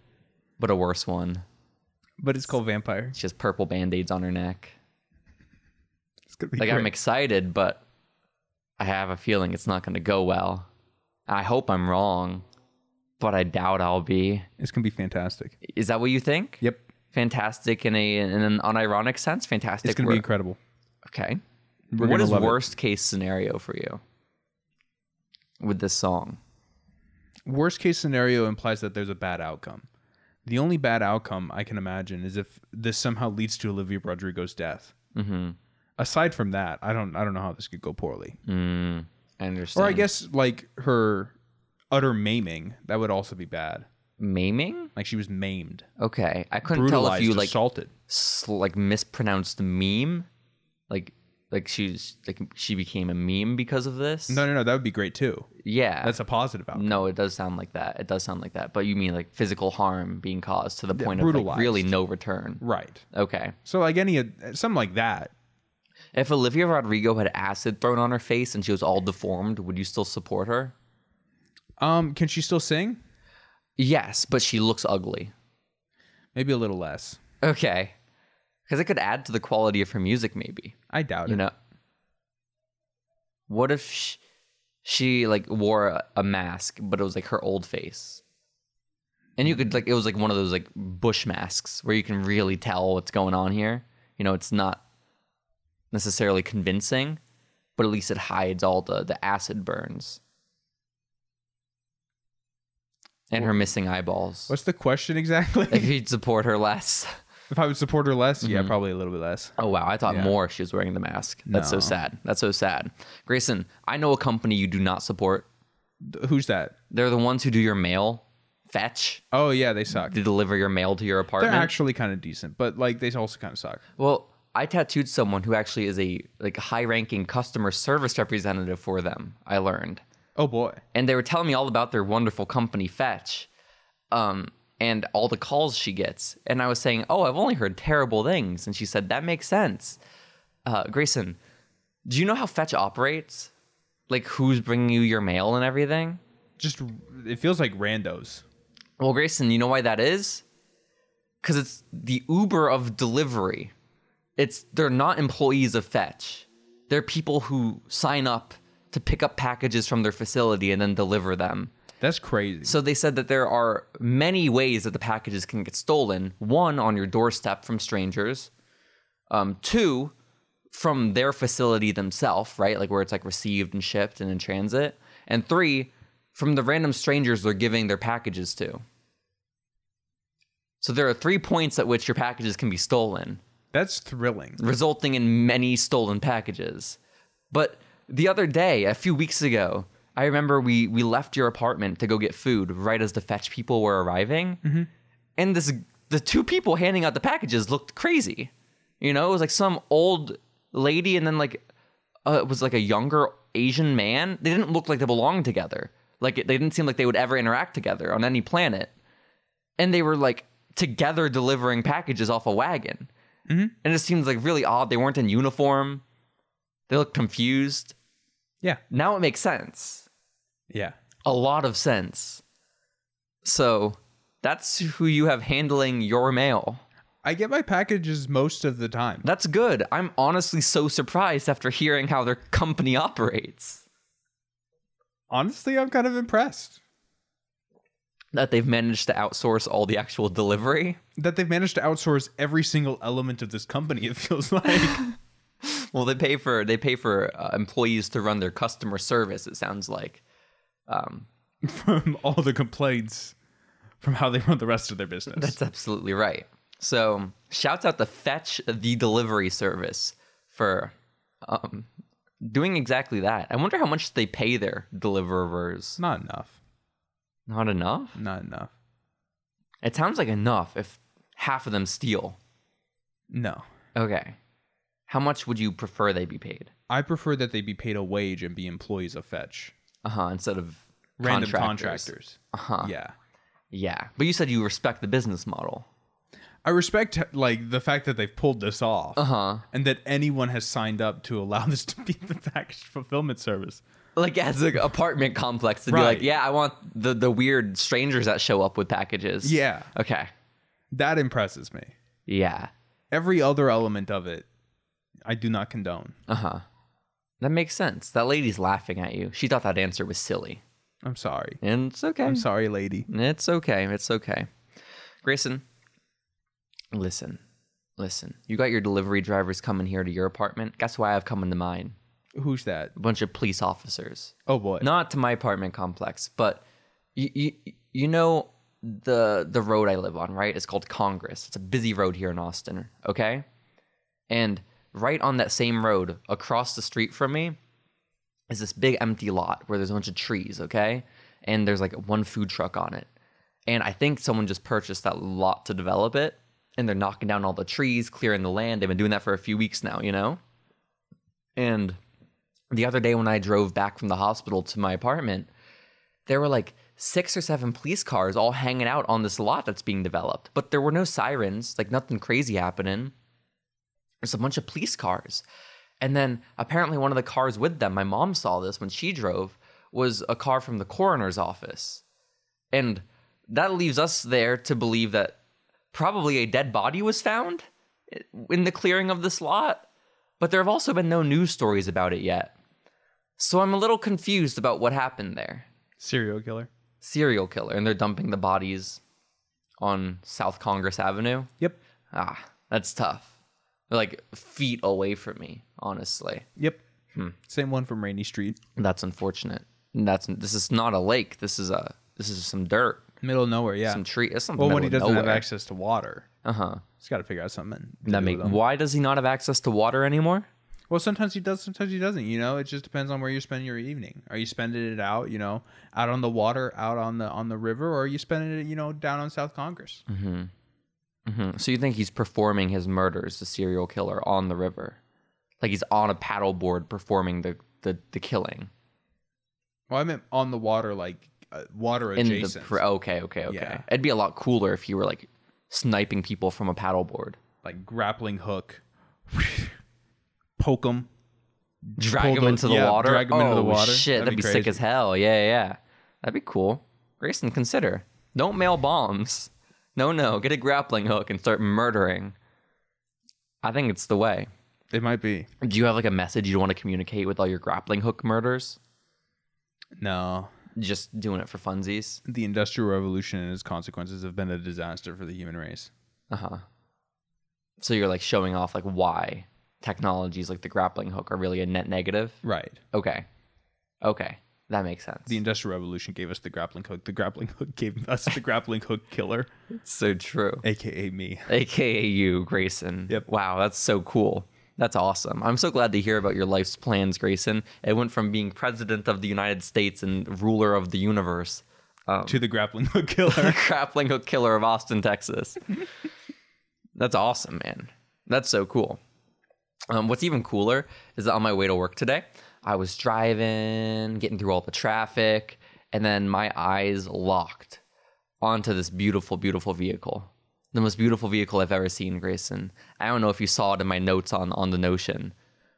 Speaker 1: but a worse one.
Speaker 2: But it's called vampire.
Speaker 1: She has purple band aids on her neck.
Speaker 2: It's gonna be
Speaker 1: Like
Speaker 2: great.
Speaker 1: I'm excited, but I have a feeling it's not gonna go well. I hope I'm wrong, but I doubt I'll be.
Speaker 2: it's gonna be fantastic.
Speaker 1: Is that what you think?
Speaker 2: Yep,
Speaker 1: Fantastic in a in an unironic sense. Fantastic.
Speaker 2: it's gonna
Speaker 1: work.
Speaker 2: be incredible.
Speaker 1: Okay.
Speaker 2: We're
Speaker 1: what
Speaker 2: gonna
Speaker 1: is
Speaker 2: love it.
Speaker 1: worst case scenario for you with this song?
Speaker 2: worst case scenario implies that there's a bad outcome. The only bad outcome I can imagine is if this somehow leads to Olivia Rodrigo's death.
Speaker 1: Mm-hmm.
Speaker 2: Aside from that, I don't I don't know how this could go poorly.
Speaker 1: I understand.
Speaker 2: Or I guess like her utter maiming that would also be bad.
Speaker 1: maiming.
Speaker 2: Like she was maimed,
Speaker 1: Okay, I couldn't tell
Speaker 2: brutalized,
Speaker 1: if you like
Speaker 2: assaulted.
Speaker 1: s- like mispronounced meme, like like she's like she became a meme because of this.
Speaker 2: No, no, no, that would be great too.
Speaker 1: yeah,
Speaker 2: That's a positive outcome.
Speaker 1: no, it does sound like that. It does sound like that. But you mean like physical harm being caused to the point of like
Speaker 2: brutalized.
Speaker 1: really no return?
Speaker 2: Right.
Speaker 1: Okay,
Speaker 2: So like any something like that.
Speaker 1: if Olivia Rodrigo had acid thrown on her face and she was all deformed, would you still support her?
Speaker 2: Um, can she still sing?
Speaker 1: Yes, but she looks ugly.
Speaker 2: Maybe a little less.
Speaker 1: Okay. Because it could add to the quality of her music, maybe.
Speaker 2: I doubt
Speaker 1: You
Speaker 2: it.
Speaker 1: know? What if she, she like, wore a, a mask, but it was, like, her old face? And you could, like, it was, like, one of those, like, bush masks where you can really tell what's going on here. You know, it's not necessarily convincing, but at least it hides all the, the acid burns. And her missing eyeballs.
Speaker 2: What's the question exactly?
Speaker 1: If Mm-hmm. you'd support her less.
Speaker 2: if I would support her less, yeah, probably a little bit less.
Speaker 1: Oh wow, I thought
Speaker 2: Yeah.
Speaker 1: more she was wearing the mask. That's so
Speaker 2: No.
Speaker 1: sad. That's so sad. Grayson, I know a company you do not support.
Speaker 2: Who's that?
Speaker 1: They're the ones who do your mail Fetch
Speaker 2: Oh yeah, they suck.
Speaker 1: to deliver your mail to your
Speaker 2: They're
Speaker 1: apartment.
Speaker 2: actually kind of decent, but like they also kind of suck.
Speaker 1: well, I tattooed someone who actually is a like high-ranking customer service representative for them. I learned.
Speaker 2: Oh boy.
Speaker 1: and they were telling me all about their wonderful company fetch um, and all the calls she gets and i was saying oh i've only heard terrible things and she said that makes sense uh, grayson do you know how fetch operates like who's bringing you your mail and everything
Speaker 2: Just it feels like randos.
Speaker 1: well grayson you know why that is because it's the uber of delivery it's they're not employees of fetch they're people who sign up to pick up packages from their facility and then deliver them
Speaker 2: That's crazy.
Speaker 1: So they said that there are many ways that the packages can get stolen. One, on your doorstep from strangers. Um, two, from their facility themselves, right? Like where it's like received and shipped and in transit. And three, from the random strangers they're giving their packages to. So there are three points at which your packages can be stolen
Speaker 2: That's thrilling.
Speaker 1: resulting in many stolen packages. But the other day, a few weeks ago, I remember we we left your apartment to go get food right as the fetch people were arriving, and this the two people handing out the packages looked crazy. You know, it was like some old lady and then like uh, it was like a younger Asian man. They didn't look like they belonged together. Like it, they didn't seem like they would ever interact together on any planet and they were like together delivering packages off a wagon. And it seems like really odd. They weren't in uniform. They looked confused.
Speaker 2: Yeah.
Speaker 1: Now it makes sense.
Speaker 2: Yeah.
Speaker 1: A lot of sense. So that's who you have handling your mail.
Speaker 2: I get my packages most of the time.
Speaker 1: That's good. I'm honestly so surprised after hearing how their company operates
Speaker 2: Honestly, I'm kind of impressed
Speaker 1: that they've managed to outsource all the actual delivery.
Speaker 2: that they've managed to outsource every single element of this company. It feels like
Speaker 1: Well, they pay for they pay for uh, employees to run their customer service. It sounds like
Speaker 2: from all the complaints from how they run the rest of their business.
Speaker 1: That's absolutely right. So, shouts out to Fetch the delivery service for um, doing exactly that. I wonder how much they pay their deliverers.
Speaker 2: not enough.
Speaker 1: Not enough?
Speaker 2: Not enough.
Speaker 1: It sounds like enough if half of them steal.
Speaker 2: No.
Speaker 1: Okay. How much would you prefer they be paid?
Speaker 2: I prefer that they be paid a wage and be employees of Fetch.
Speaker 1: Uh huh. Instead of
Speaker 2: Random
Speaker 1: contractors.
Speaker 2: contractors. Uh-huh. Yeah.
Speaker 1: Yeah. But you said you respect the business model.
Speaker 2: I respect like the fact that they've pulled this off. Uh-huh. And that anyone has signed up to allow this to be the package fulfillment service.
Speaker 1: Like as an apartment complex to be
Speaker 2: Right.
Speaker 1: like, yeah, I want the the weird strangers that show up with packages.
Speaker 2: Yeah.
Speaker 1: Okay.
Speaker 2: That impresses me.
Speaker 1: Yeah.
Speaker 2: Every other element of it, I do not condone.
Speaker 1: That makes sense. That lady's laughing at you. She thought that answer was silly.
Speaker 2: I'm sorry.
Speaker 1: And it's okay.
Speaker 2: I'm sorry, lady.
Speaker 1: It's okay. It's okay. Grayson, listen. Listen. You got your delivery drivers coming here to your apartment. Guess why I've come into mine?
Speaker 2: Who's that?
Speaker 1: A bunch of police officers.
Speaker 2: Oh boy.
Speaker 1: Not to my apartment complex, but you, you, you know the the road I live on, right? It's called Congress. It's a busy road here in Austin, okay? And right on that same road, across the street from me, is this big empty lot where there's a bunch of trees, okay? And there's like one food truck on it. And I think someone just purchased that lot to develop it. And they're knocking down all the trees, clearing the land. They've been doing that for a few weeks now, you know? And the other day when I drove back from the hospital to my apartment, there were like six or seven police cars all hanging out on this lot that's being developed. But there were no sirens, like nothing crazy happening. There's a bunch of police cars. And then apparently one of the cars with them, my mom saw this when she drove, was a car from the coroner's office. And that leaves us there to believe that probably a dead body was found in the clearing of this lot, but there have also been no news stories about it yet. So I'm a little confused about what happened there.
Speaker 2: Serial killer.
Speaker 1: Serial killer, and they're dumping the bodies on South Congress Avenue.
Speaker 2: Yep.
Speaker 1: Ah, that's tough. They're like feet away from me, honestly.
Speaker 2: Yep. Same one from Rainy Street.
Speaker 1: That's unfortunate. And That's this is not a lake. This is a this is some dirt,
Speaker 2: Middle of nowhere, yeah.
Speaker 1: some tree. It's some
Speaker 2: well, when he
Speaker 1: middle
Speaker 2: doesn't
Speaker 1: of
Speaker 2: have
Speaker 1: nowhere.
Speaker 2: access to water,
Speaker 1: Uh huh.
Speaker 2: he's got to figure out something. to
Speaker 1: That
Speaker 2: do
Speaker 1: make
Speaker 2: with them.
Speaker 1: why does he not have access to water anymore?
Speaker 2: Well, sometimes he does, sometimes he doesn't. You know, it just depends on where you're spending your evening. Are you spending it out, you know, out on the water, out on the on the river, or are you spending it, you know, down on South Congress?
Speaker 1: Mm-hmm. Mhm. So you think he's performing his murders, the serial killer, on the river, like he's on a paddleboard performing the the, the killing
Speaker 2: Well, I meant on the water, like uh, water
Speaker 1: in
Speaker 2: adjacent.
Speaker 1: the pr- okay, okay, okay.
Speaker 2: Yeah.
Speaker 1: It'd be a lot cooler if you were like sniping people from a paddleboard,
Speaker 2: like grappling hook, poke him.
Speaker 1: drag
Speaker 2: Pull
Speaker 1: them
Speaker 2: the-
Speaker 1: into the
Speaker 2: yeah,
Speaker 1: water.
Speaker 2: drag 'em into the
Speaker 1: Oh,
Speaker 2: water.
Speaker 1: Shit, that'd,
Speaker 2: That'd
Speaker 1: be,
Speaker 2: be
Speaker 1: sick
Speaker 2: crazy.
Speaker 1: as hell. Yeah, yeah, yeah, that'd be cool. Grayson, consider. Don't mail bombs. No, no. Get a grappling hook and start murdering. I think it's the way.
Speaker 2: It might be.
Speaker 1: Do you have like a message you want to communicate with all your grappling hook murders?
Speaker 2: No,
Speaker 1: Just doing it for funsies.
Speaker 2: the Industrial Revolution and its consequences have been a disaster for the human race.
Speaker 1: Uh huh. So you're like showing off like why technologies like the grappling hook are really a net negative.
Speaker 2: Right.
Speaker 1: Okay. Okay. That makes sense.
Speaker 2: The Industrial Revolution gave us the grappling hook. The grappling hook gave us the grappling hook killer,
Speaker 1: It's so true.
Speaker 2: aka me.
Speaker 1: AKA you, Grayson.
Speaker 2: Yep.
Speaker 1: Wow, that's so cool. That's awesome. I'm so glad to hear about your life's plans, Grayson. It went from being president of the United States and ruler of the universe
Speaker 2: To the grappling hook killer.
Speaker 1: the grappling hook killer of Austin, Texas. That's awesome, man. That's so cool. Um, what's even cooler is that on my way to work today, I was driving, getting through all the traffic, and then my eyes locked onto this beautiful, beautiful vehicle. The most beautiful vehicle I've ever seen, Grayson. I don't know if you saw it in my notes on, on the Notion,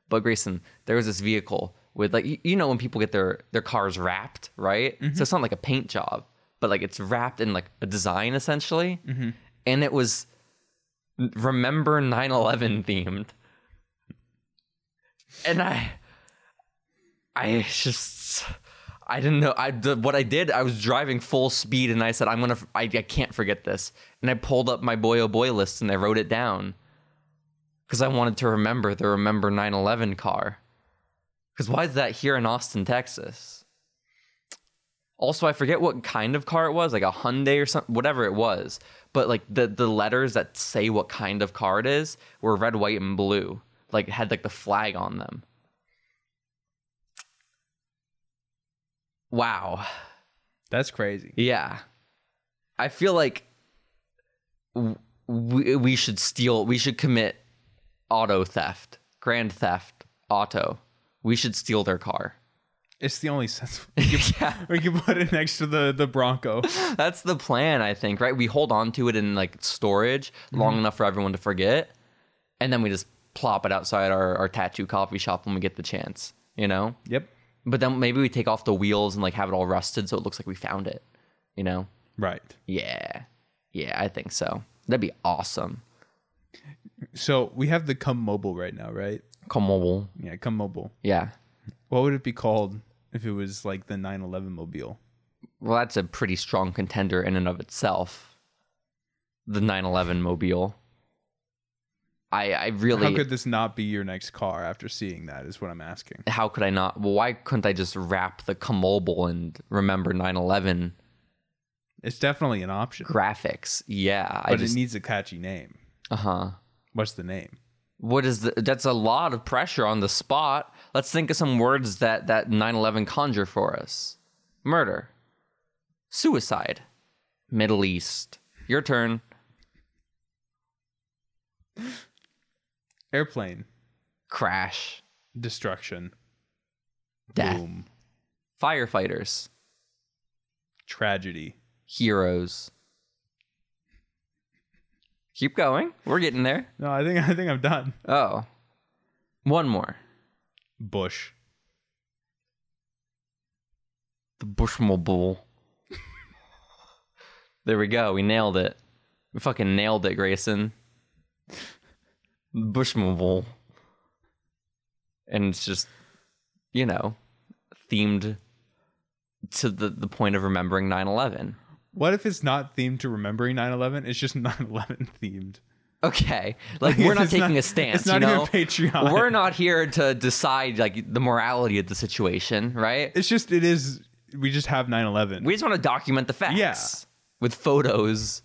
Speaker 1: but Grayson, there was this vehicle with like you, you know when people get their their cars wrapped, right? So it's not like a paint job, but like it's wrapped in like a design essentially, and it was remember 9-11 themed and i i just i didn't know i the, what i did i was driving full speed and i said i'm gonna f- I, I can't forget this and i pulled up my boy oh boy list and i wrote it down because i wanted to remember the remember 9-11 car because why is that here in austin texas also, I forget what kind of car it was, like a Hyundai or something, whatever it was. But like the the letters that say what kind of car it is were red, white, and blue. Like had like the flag on them. Wow.
Speaker 2: That's crazy.
Speaker 1: Yeah. I feel like w- we, we should steal, we should commit auto theft, grand theft, auto. We should steal their car.
Speaker 2: It's the only sense we can,
Speaker 1: yeah.
Speaker 2: we can put it next to the the Bronco.
Speaker 1: That's the plan, I think, right? We hold on to it in like storage long enough for everyone to forget, and then we just plop it outside our, our tattoo coffee shop when we get the chance, you know?
Speaker 2: Yep.
Speaker 1: But then maybe we take off the wheels and like have it all rusted so it looks like we found it, you know?
Speaker 2: Right.
Speaker 1: Yeah. Yeah, I think so. That'd be awesome.
Speaker 2: So we have the Come Mobile right now, right?
Speaker 1: Come on.
Speaker 2: Yeah, Come Mobile.
Speaker 1: Yeah.
Speaker 2: What would it be called if it was like the 911 mobile?
Speaker 1: Well, that's a pretty strong contender in and of itself. The 911 mobile. I I really
Speaker 2: How could this not be your next car after seeing that? Is what I'm asking.
Speaker 1: how could I not? Well, why couldn't I just wrap the Comobile and remember 9/11
Speaker 2: It's definitely an option,
Speaker 1: graphics? Yeah, I
Speaker 2: but it
Speaker 1: just
Speaker 2: needs a catchy name.
Speaker 1: uh huh.
Speaker 2: What's the name?
Speaker 1: What is the? That's a lot of pressure on the spot. Let's think of some words that that 9/11 conjure for us: murder, suicide, Middle East. Your turn.
Speaker 2: Airplane
Speaker 1: Crash,
Speaker 2: destruction.
Speaker 1: Death.
Speaker 2: Boom.
Speaker 1: firefighters,
Speaker 2: Tragedy.
Speaker 1: heroes. Keep going. We're getting there.
Speaker 2: No, I think I think I'm done.
Speaker 1: Oh, one more.
Speaker 2: Bush.
Speaker 1: The Bushmobile. there we go. We nailed it. We fucking nailed it, Grayson. Bushmobile. And it's just, you know, themed to the, the point of remembering 9 11.
Speaker 2: What if it's not themed to remembering 9/11? It's just 9/11 themed.
Speaker 1: Okay. Like, we're not
Speaker 2: It's
Speaker 1: taking a stance.
Speaker 2: It's not
Speaker 1: you
Speaker 2: even
Speaker 1: know?
Speaker 2: Patreon.
Speaker 1: We're not here to decide, like, the morality of the situation, right?
Speaker 2: It's just it is. We just have 9/11.
Speaker 1: We just want to document the facts.
Speaker 2: Yeah.
Speaker 1: With photos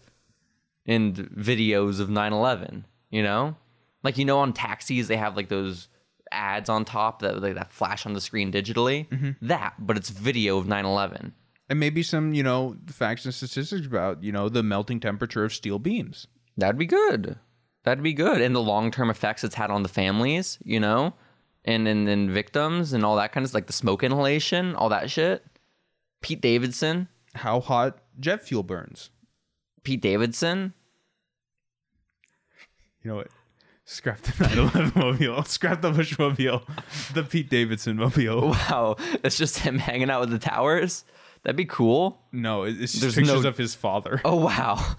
Speaker 1: and videos of 9 11, you know? Like, you know, on taxis, they have like those ads on top that like, that flash on the screen digitally.
Speaker 2: Mm-hmm.
Speaker 1: That, but it's video of 9/11.
Speaker 2: and maybe some you know facts and statistics about you know the melting temperature of steel beams
Speaker 1: That'd be good. That'd be good. And the long term effects it's had on the families, you know, and and and victims and all that kind of like the smoke inhalation, all that shit. Pete Davidson,
Speaker 2: how hot jet fuel burns
Speaker 1: Pete Davidson.
Speaker 2: you know what scrap the 911 mobile scrap the bushmobile the pete davidson mobile
Speaker 1: Wow, it's just him hanging out with the towers. That'd be cool.
Speaker 2: no it- it's just
Speaker 1: There's
Speaker 2: pictures
Speaker 1: no-
Speaker 2: of his father
Speaker 1: Oh wow,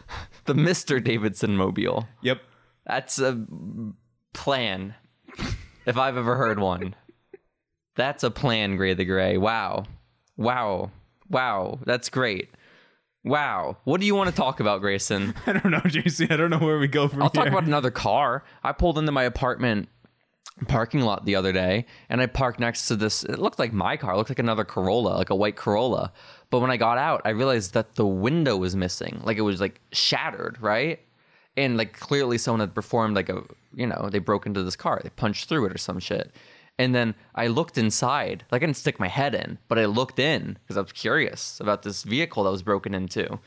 Speaker 1: the Mister Davidson mobile.
Speaker 2: yep
Speaker 1: That's a plan, if I've ever heard one. That's a plan, Gray the Gray. Wow. Wow. Wow. That's great. Wow. What do you want to talk about, Grayson?
Speaker 2: i don't know jc i don't know where we go from
Speaker 1: I'll
Speaker 2: here
Speaker 1: talk about another car. I pulled into my apartment parking lot the other day and I parked next to this. It looked like my car, it looked like another Corolla, like a white Corolla. But when I got out, I realized that the window was missing. Like it was like shattered, right? And like clearly someone had performed like a, you know, they broke into this car, they punched through it or some shit. And then I looked inside. Like I didn't stick my head in, but I looked in because I was curious about this vehicle that was broken into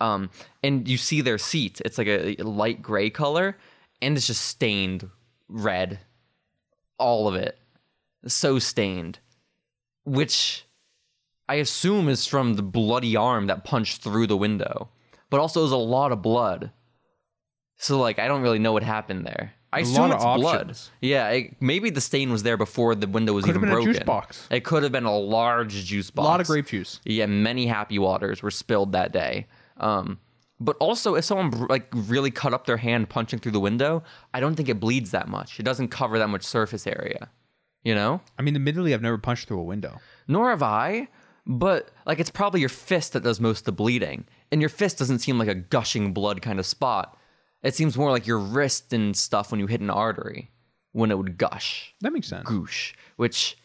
Speaker 1: um, and you see their seat. It's like a light gray color, and it's just stained red, all of it, so stained, which I assume is from the bloody arm that punched through the window, but also there's a lot of blood. So like, I don't really know what happened there. I assume
Speaker 2: lot
Speaker 1: it's
Speaker 2: of
Speaker 1: blood.
Speaker 2: options.
Speaker 1: Yeah, it, maybe the stain was there before the window was
Speaker 2: Could've
Speaker 1: even
Speaker 2: been a
Speaker 1: broken.
Speaker 2: juice box.
Speaker 1: It could have been a large juice box.
Speaker 2: a lot of grape juice
Speaker 1: Yeah, many happy waters were spilled that day. Um, but also, if someone br- like really cut up their hand punching through the window, I don't think it bleeds that much. It doesn't cover that much surface area, you know.
Speaker 2: i mean admittedly i've never punched through a window
Speaker 1: Nor have I. But like, it's probably your fist that does most of the bleeding, and your fist doesn't seem like a gushing blood kind of spot. It seems more like your wrist and stuff when you hit an artery, when it would gush
Speaker 2: that makes sense
Speaker 1: goosh, which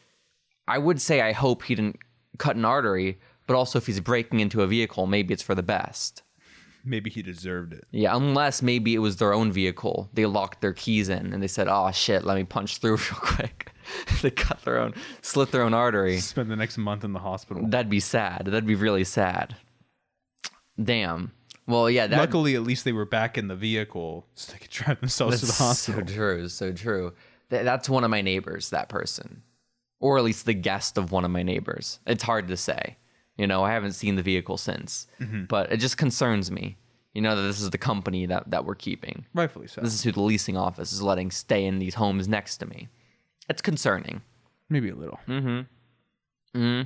Speaker 1: I would say I hope he didn't cut an artery, but also if he's breaking into a vehicle, maybe it's for the best.
Speaker 2: maybe he deserved it
Speaker 1: Yeah, unless maybe it was their own vehicle. They locked their keys in and they said, oh shit, let me punch through real quick. they cut their own, slit their own artery.
Speaker 2: spent the next month in the hospital
Speaker 1: That'd be sad. That'd be really sad. Damn. Well, yeah, that,
Speaker 2: luckily at least they were back in the vehicle so they could drive themselves to the hospital
Speaker 1: So true, so true. Th- that's one of my neighbors, that person. Or at least the guest of one of my neighbors. It's hard to say. You know, I haven't seen the vehicle since. But it just concerns me. You know, that this is the company that, that we're keeping.
Speaker 2: rightfully so
Speaker 1: This is who the leasing office is letting stay in these homes next to me. It's concerning.
Speaker 2: maybe a little
Speaker 1: Hmm.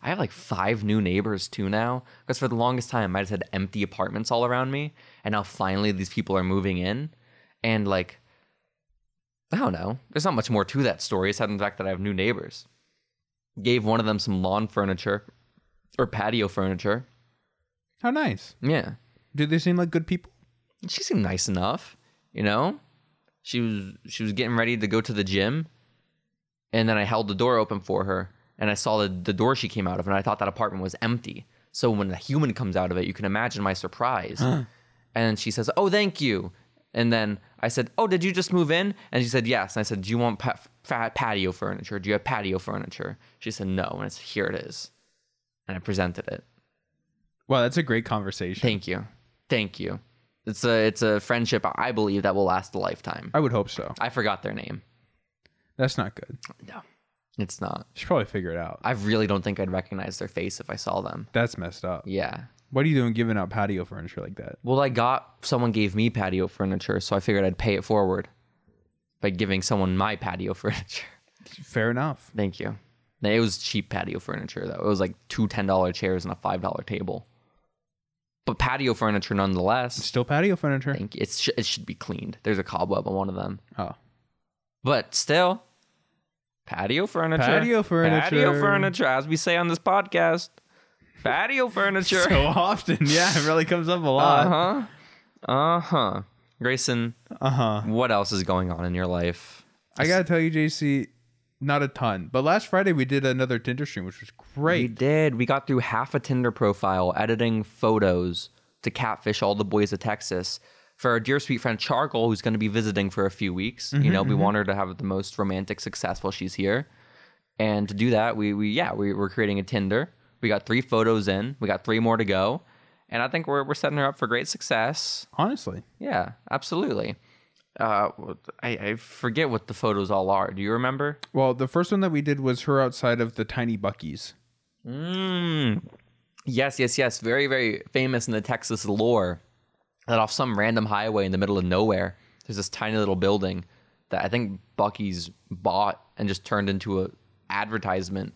Speaker 1: I have like five new neighbors too now. Because for the longest time, I just had empty apartments all around me. And now finally, these people are moving in. And like, I don't know. There's not much more to that story aside from the fact that I have new neighbors. Gave one of them some lawn furniture or patio furniture.
Speaker 2: how nice
Speaker 1: Yeah.
Speaker 2: do they seem like good people
Speaker 1: She seemed nice enough, you know? She was she was getting ready to go to the gym. And then I held the door open for her and I saw the, the door she came out of and I thought that apartment was empty. So when a human comes out of it, you can imagine my surprise. and she says, "Oh, thank you." And then I said, "Oh, did you just move in?" And she said, "Yes." And I said, "Do you want pa- fa- patio furniture? Do you have patio furniture?" She said, "No." And I said, "Here it is." And I presented it.
Speaker 2: wow that's a great conversation
Speaker 1: Thank you. Thank you. It's a it's a friendship I believe that will last a lifetime.
Speaker 2: i would hope so
Speaker 1: I forgot their name.
Speaker 2: that's not good
Speaker 1: No. It's not.
Speaker 2: should probably figure it out
Speaker 1: I really don't think I'd recognize their face if I saw them.
Speaker 2: that's messed up
Speaker 1: Yeah.
Speaker 2: what are you doing giving out patio furniture like that
Speaker 1: Well, I got someone gave me patio furniture, so I figured I'd pay it forward by giving someone my patio furniture.
Speaker 2: fair enough
Speaker 1: Thank you. No, It was cheap patio furniture though. It was like two ten dollar chairs and a five dollar table. But patio furniture nonetheless.
Speaker 2: still patio furniture
Speaker 1: Thank you. It, sh- it should be cleaned. There's a cobweb on one of them.
Speaker 2: oh
Speaker 1: But still, patio furniture.
Speaker 2: Patio furniture.
Speaker 1: Patio furniture, as we say on this podcast. Patio furniture.
Speaker 2: so often yeah it really comes up a
Speaker 1: uh
Speaker 2: lot
Speaker 1: huh. Uh huh. Grayson,
Speaker 2: uh-huh
Speaker 1: what else is going on in your life?
Speaker 2: i gotta tell you jc not a ton but last friday we did another tinder stream which was
Speaker 1: We
Speaker 2: great
Speaker 1: did. We got through half a Tinder profile editing photos to catfish all the boys of Texas for our dear sweet friend Charcoal, who's going to be visiting for a few weeks. you know, we want her to have the most romantic success while she's here. And to do that, we we yeah, we, we're creating a Tinder. We got three photos in. We got three more to go. And I think we're we're setting her up for great success.
Speaker 2: Honestly,
Speaker 1: Yeah, absolutely. Uh, I, I forget what the photos all are. Do you remember?
Speaker 2: well, the first one that we did was her outside of the tiny Bucky's.
Speaker 1: Mm. Yes, yes, yes. Very, very famous in the Texas lore that off some random highway in the middle of nowhere, there's this tiny little building that I think Bucky's bought and just turned into a advertisement.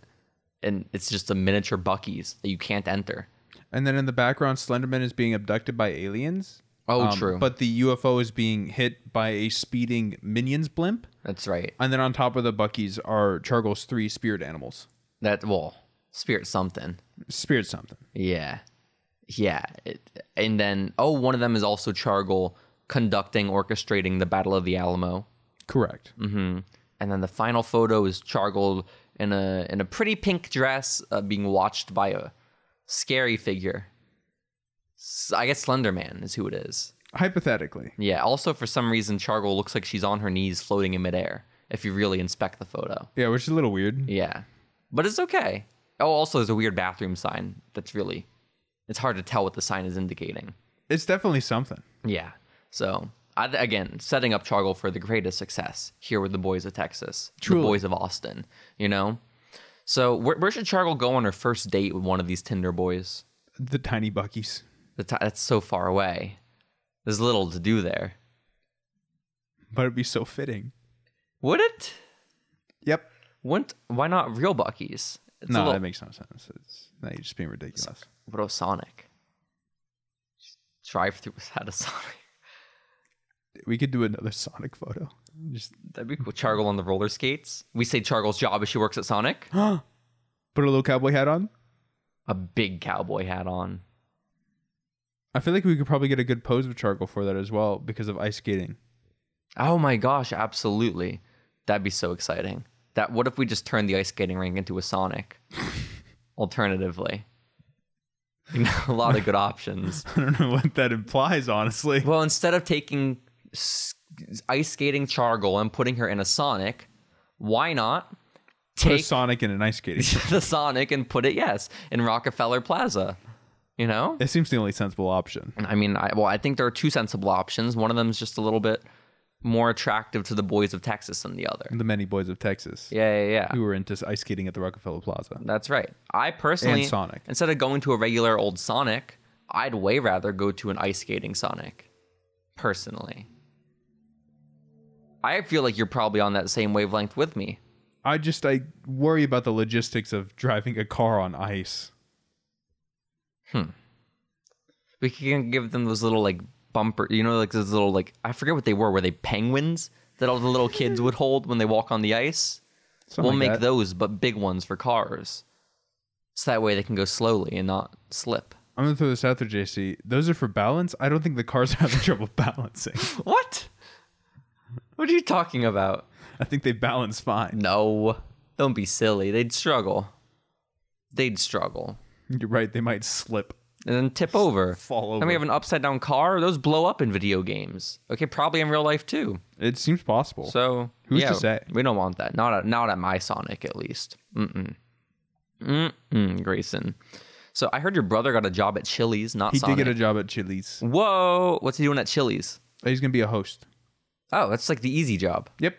Speaker 1: And it's just a miniature Bucky's that you can't enter.
Speaker 2: And then in the background, Slenderman is being abducted by aliens. Um,
Speaker 1: Oh, true.
Speaker 2: But the UFO is being hit by a speeding minions blimp.
Speaker 1: That's right.
Speaker 2: And then on top of the Bucky's are Chargle's three spirit animals.
Speaker 1: That, well, spirit something.
Speaker 2: Spirit something.
Speaker 1: Yeah. Yeah. It, and then, oh, one of them is also Chargle conducting, orchestrating the Battle of the Alamo.
Speaker 2: Correct.
Speaker 1: Mm. And then the final photo is Chargle in a in a pretty pink dress, uh, being watched by a scary figure. S- I guess Slender Man is who it is.
Speaker 2: Hypothetically.
Speaker 1: Yeah. Also, for some reason, Chargle looks like she's on her knees, floating in midair. If you really inspect the photo,
Speaker 2: Yeah, which is a little weird.
Speaker 1: yeah, but it's okay. Oh, also, there's a weird bathroom sign that's really, it's hard to tell what the sign is indicating.
Speaker 2: It's definitely something.
Speaker 1: Yeah. So I, again, setting up Chargle for the greatest success here with the boys of Texas,
Speaker 2: Truly.
Speaker 1: the boys of Austin. You know. So where, where should Chargle go on her first date with one of these Tinder boys?
Speaker 2: The tiny Bucky's.
Speaker 1: The ti- That's so far away. There's little to do there.
Speaker 2: But it'd be so fitting.
Speaker 1: Would it?
Speaker 2: Yep.
Speaker 1: Wouldn't? Why not real Bucky's? It's
Speaker 2: no,
Speaker 1: a little,
Speaker 2: that makes no sense. It's no, you're just being ridiculous.
Speaker 1: what about Sonic? Drive through without a Sonic.
Speaker 2: We could do another Sonic photo. Just
Speaker 1: That'd be cool. Chargle on the roller skates. We say Chargle's job is she works at Sonic.
Speaker 2: put a little cowboy hat on.
Speaker 1: a big cowboy hat on.
Speaker 2: I feel like we could probably get a good pose with charcoal for that as well because of ice skating.
Speaker 1: Oh my gosh, absolutely. That'd be so exciting. That what if we just turned the ice skating rink into a Sonic? Alternatively. You know, a lot of good options.
Speaker 2: I don't know what that implies, honestly.
Speaker 1: Well, instead of taking s- ice skating Chargle and putting her in a Sonic, why not
Speaker 2: Put a
Speaker 1: take
Speaker 2: Sonic in an ice skating.
Speaker 1: the Sonic and put it yes in Rockefeller Plaza? You know?
Speaker 2: It seems the only sensible option.
Speaker 1: I mean, I, well, I think there are two sensible options. One of them is just a little bit more attractive to the boys of Texas than the other.
Speaker 2: The many boys of Texas
Speaker 1: Yeah, yeah, yeah.
Speaker 2: who were into ice skating at the Rockefeller Plaza.
Speaker 1: That's right. I personally,
Speaker 2: And Sonic.
Speaker 1: instead of going to a regular old Sonic, I'd way rather go to an ice skating Sonic. Personally, I feel like you're probably on that same wavelength with me.
Speaker 2: I just I worry about the logistics of driving a car on ice.
Speaker 1: We can give them those little like bumper, you know, like those little like I forget what they were. Were they penguins that all the little kids would hold when they walk on the ice?
Speaker 2: Something
Speaker 1: we'll
Speaker 2: like
Speaker 1: make
Speaker 2: that.
Speaker 1: those, but big ones for cars, so that way they can go slowly and not slip.
Speaker 2: I'm gonna throw this out there, JC. Those are for balance. I don't think the cars are having trouble balancing.
Speaker 1: What? What are you talking about?
Speaker 2: I think they balance fine.
Speaker 1: No, don't be silly. They'd struggle. They'd struggle.
Speaker 2: You're right. They might slip.
Speaker 1: And then tip over.
Speaker 2: Fall
Speaker 1: Then
Speaker 2: over.
Speaker 1: we have an upside down car. Those blow up in video games. Okay, probably in real life too.
Speaker 2: It seems possible.
Speaker 1: So
Speaker 2: Who's
Speaker 1: yeah,
Speaker 2: to say?
Speaker 1: We don't want that. Not at, not at my Sonic, at least. Mm-mm. Mm-mm, Grayson. So I heard your brother got a job at Chili's, not
Speaker 2: he
Speaker 1: Sonic.
Speaker 2: did get a job at Chili's.
Speaker 1: Whoa, what's he doing at Chili's?
Speaker 2: He's gonna be a host.
Speaker 1: Oh, that's like the easy job.
Speaker 2: Yep.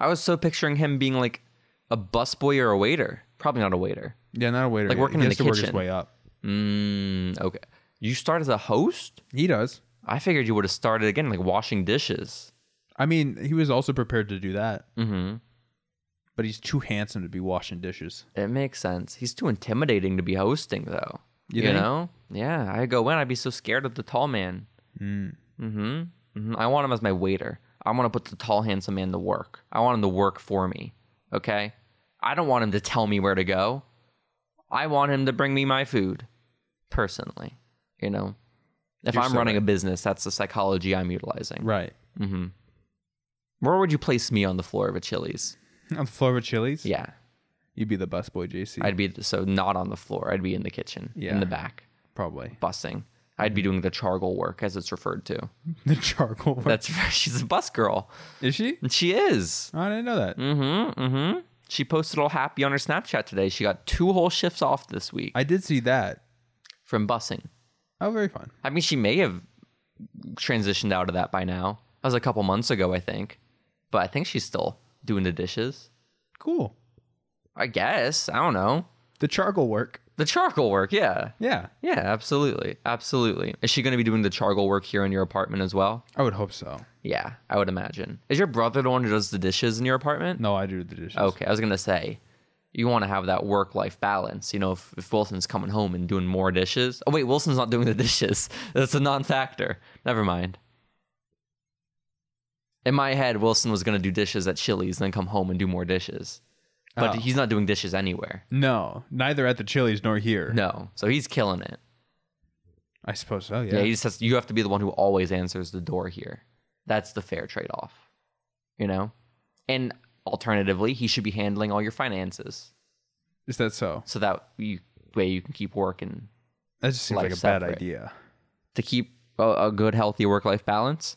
Speaker 1: I was so picturing him being like a busboy or a waiter. Probably not a waiter.
Speaker 2: Yeah, not a waiter.
Speaker 1: Like
Speaker 2: yet.
Speaker 1: working
Speaker 2: he
Speaker 1: in
Speaker 2: has
Speaker 1: the
Speaker 2: to work his
Speaker 1: kitchen.
Speaker 2: way up.
Speaker 1: Mm, okay. You start as a host?
Speaker 2: He does.
Speaker 1: I figured you would have started again, like washing dishes.
Speaker 2: I mean, he was also prepared to do that. Mm-hmm. But he's too handsome to be washing dishes.
Speaker 1: It makes sense. He's too intimidating to be hosting, though.
Speaker 2: You
Speaker 1: You,
Speaker 2: think?
Speaker 1: know? Yeah, I go in, I'd be so scared of the tall man. Mm. Mm-hmm. hmm I want him as my waiter. I want to put the tall, handsome man to work. I want him to work for me. Okay? I don't want him to tell me where to go. I want him to bring me my food, personally. You know? If
Speaker 2: You're
Speaker 1: I'm
Speaker 2: so
Speaker 1: running a business, that's the psychology I'm utilizing.
Speaker 2: Right.
Speaker 1: Where would you place me on the floor of a Chili's?
Speaker 2: On the floor of Chili's?
Speaker 1: Yeah,
Speaker 2: You'd be the busboy, JC.
Speaker 1: I'd be so not on the floor. I'd be in the kitchen,
Speaker 2: Yeah.
Speaker 1: in the back,
Speaker 2: probably.
Speaker 1: bussing. I'd be doing the chargal work as it's referred to.
Speaker 2: The charcoal. Work.
Speaker 1: That's she's a bus girl.
Speaker 2: Is she?
Speaker 1: And she is.
Speaker 2: I didn't know that.
Speaker 1: Mm-hmm. Mm-hmm. She posted all happy on her Snapchat today. She got two whole shifts off this week
Speaker 2: I did see that.
Speaker 1: from busing.
Speaker 2: Oh, very fun.
Speaker 1: I mean, she may have transitioned out of that by now. That was a couple months ago, I think. But I think she's still doing the dishes.
Speaker 2: Cool.
Speaker 1: I guess. I don't know.
Speaker 2: The charcoal work.
Speaker 1: The charcoal work, yeah.
Speaker 2: Yeah,
Speaker 1: Yeah, absolutely. Absolutely. Is she going to be doing the charcoal work here in your apartment as well?
Speaker 2: I would hope so.
Speaker 1: Yeah, I would imagine. Is your brother the one who does the dishes in your apartment?
Speaker 2: No, I do the dishes.
Speaker 1: Okay, I was gonna say, you want to have that work-life balance. You know, if, if Wilson's coming home and doing more dishes. Oh wait, Wilson's not doing the dishes. That's a non-factor. Never mind. In my head, Wilson was gonna do dishes at Chili's, then come home and do more dishes. But
Speaker 2: Oh.
Speaker 1: he's not doing dishes anywhere.
Speaker 2: No, neither at the Chili's nor here.
Speaker 1: No, so he's killing it.
Speaker 2: I suppose so.
Speaker 1: Yeah,
Speaker 2: Yeah.
Speaker 1: he just has, you have to be the one who always answers the door here. That's the fair trade off, you know? And alternatively, he should be handling all your finances
Speaker 2: Is that so?
Speaker 1: so that you, way you can keep working
Speaker 2: That just seems
Speaker 1: Life
Speaker 2: like a bad
Speaker 1: separate.
Speaker 2: idea.
Speaker 1: to keep a, a good, healthy work life balance.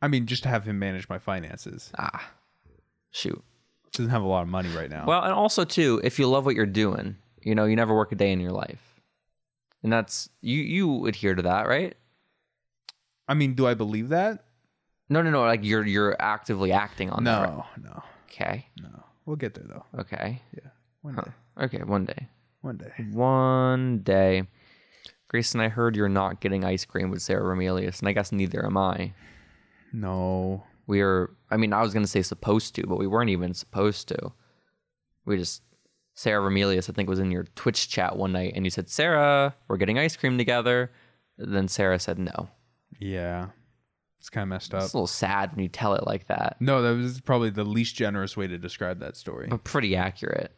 Speaker 2: I mean, just to have him manage my finances.
Speaker 1: Ah, shoot.
Speaker 2: Doesn't have a lot of money right now.
Speaker 1: Well, and also, too, if you love what you're doing, you know, you never work a day in your life. And that's, you, you adhere to that, right?
Speaker 2: I mean, do I believe that?
Speaker 1: No, no, no. Like you're, you're actively acting on that. right?
Speaker 2: No, no,
Speaker 1: Okay.
Speaker 2: no. We'll get there though.
Speaker 1: Okay.
Speaker 2: Yeah, one day,
Speaker 1: Okay. One day.
Speaker 2: one day.
Speaker 1: one day. Grayson, I heard you're not getting ice cream with Sarah Romelius, and I guess neither am I.
Speaker 2: No,
Speaker 1: We are, I mean, I was going to say supposed to, but we weren't even supposed to. We just, Sarah Romelius, I think, was in your Twitch chat one night, and you said, Sarah, we're getting ice cream together. Then Sarah said no.
Speaker 2: yeah, it's kind of messed up.
Speaker 1: It's a little sad when you tell it like that,
Speaker 2: No, that was probably the least generous way to describe that story.
Speaker 1: but pretty accurate.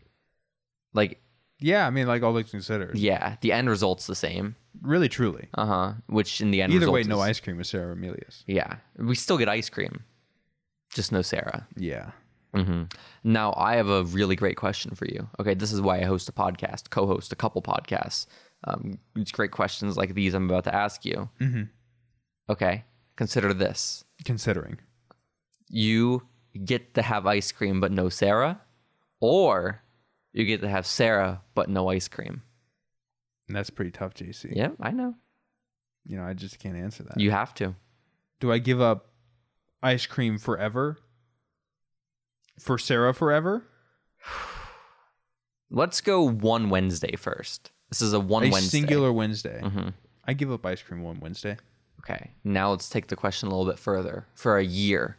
Speaker 1: Like,
Speaker 2: Yeah, I mean, like all things considered,
Speaker 1: yeah, the end result's the same.
Speaker 2: really, truly.
Speaker 1: Uh huh. Which in the end,
Speaker 2: Either
Speaker 1: result
Speaker 2: way, no
Speaker 1: is-
Speaker 2: ice cream with Sarah Amelius.
Speaker 1: Yeah, we still get ice cream, just no Sarah.
Speaker 2: Yeah.
Speaker 1: hmm Now, I have a really great question for you. Okay, this is why I host a podcast, co host a couple podcasts. Um, it's great questions like these I'm about to ask you. Mm-hmm. Okay, consider this
Speaker 2: Considering.
Speaker 1: you get to have ice cream, but no Sarah, or you get to have Sarah, but no ice cream.
Speaker 2: And that's pretty tough, JC.
Speaker 1: Yeah, I know.
Speaker 2: You know, I just can't answer that.
Speaker 1: You have to.
Speaker 2: Do I give up ice cream forever? For Sarah forever?
Speaker 1: Let's go one Wednesday first. This is a one
Speaker 2: a
Speaker 1: Wednesday.
Speaker 2: singular Wednesday.
Speaker 1: Mhm.
Speaker 2: I give up ice cream one Wednesday.
Speaker 1: Okay. Now let's take the question a little bit further. For a year,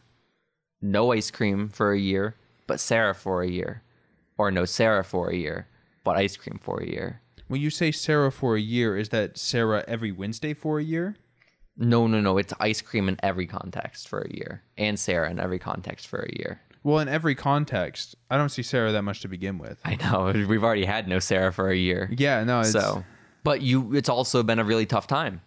Speaker 1: no ice cream for a year, but Sarah for a year, or no Sarah for a year, but ice cream for a year.
Speaker 2: When you say Sarah for a year, is that Sarah every Wednesday for a year?
Speaker 1: No, no, no. It's ice cream in every context for a year, and Sarah in every context for a year.
Speaker 2: Well, in every context, I don't see Sarah that much to begin with.
Speaker 1: I know we've already had no Sarah for a year,
Speaker 2: Yeah, no, it's,
Speaker 1: so. But you, it's also been a really tough time.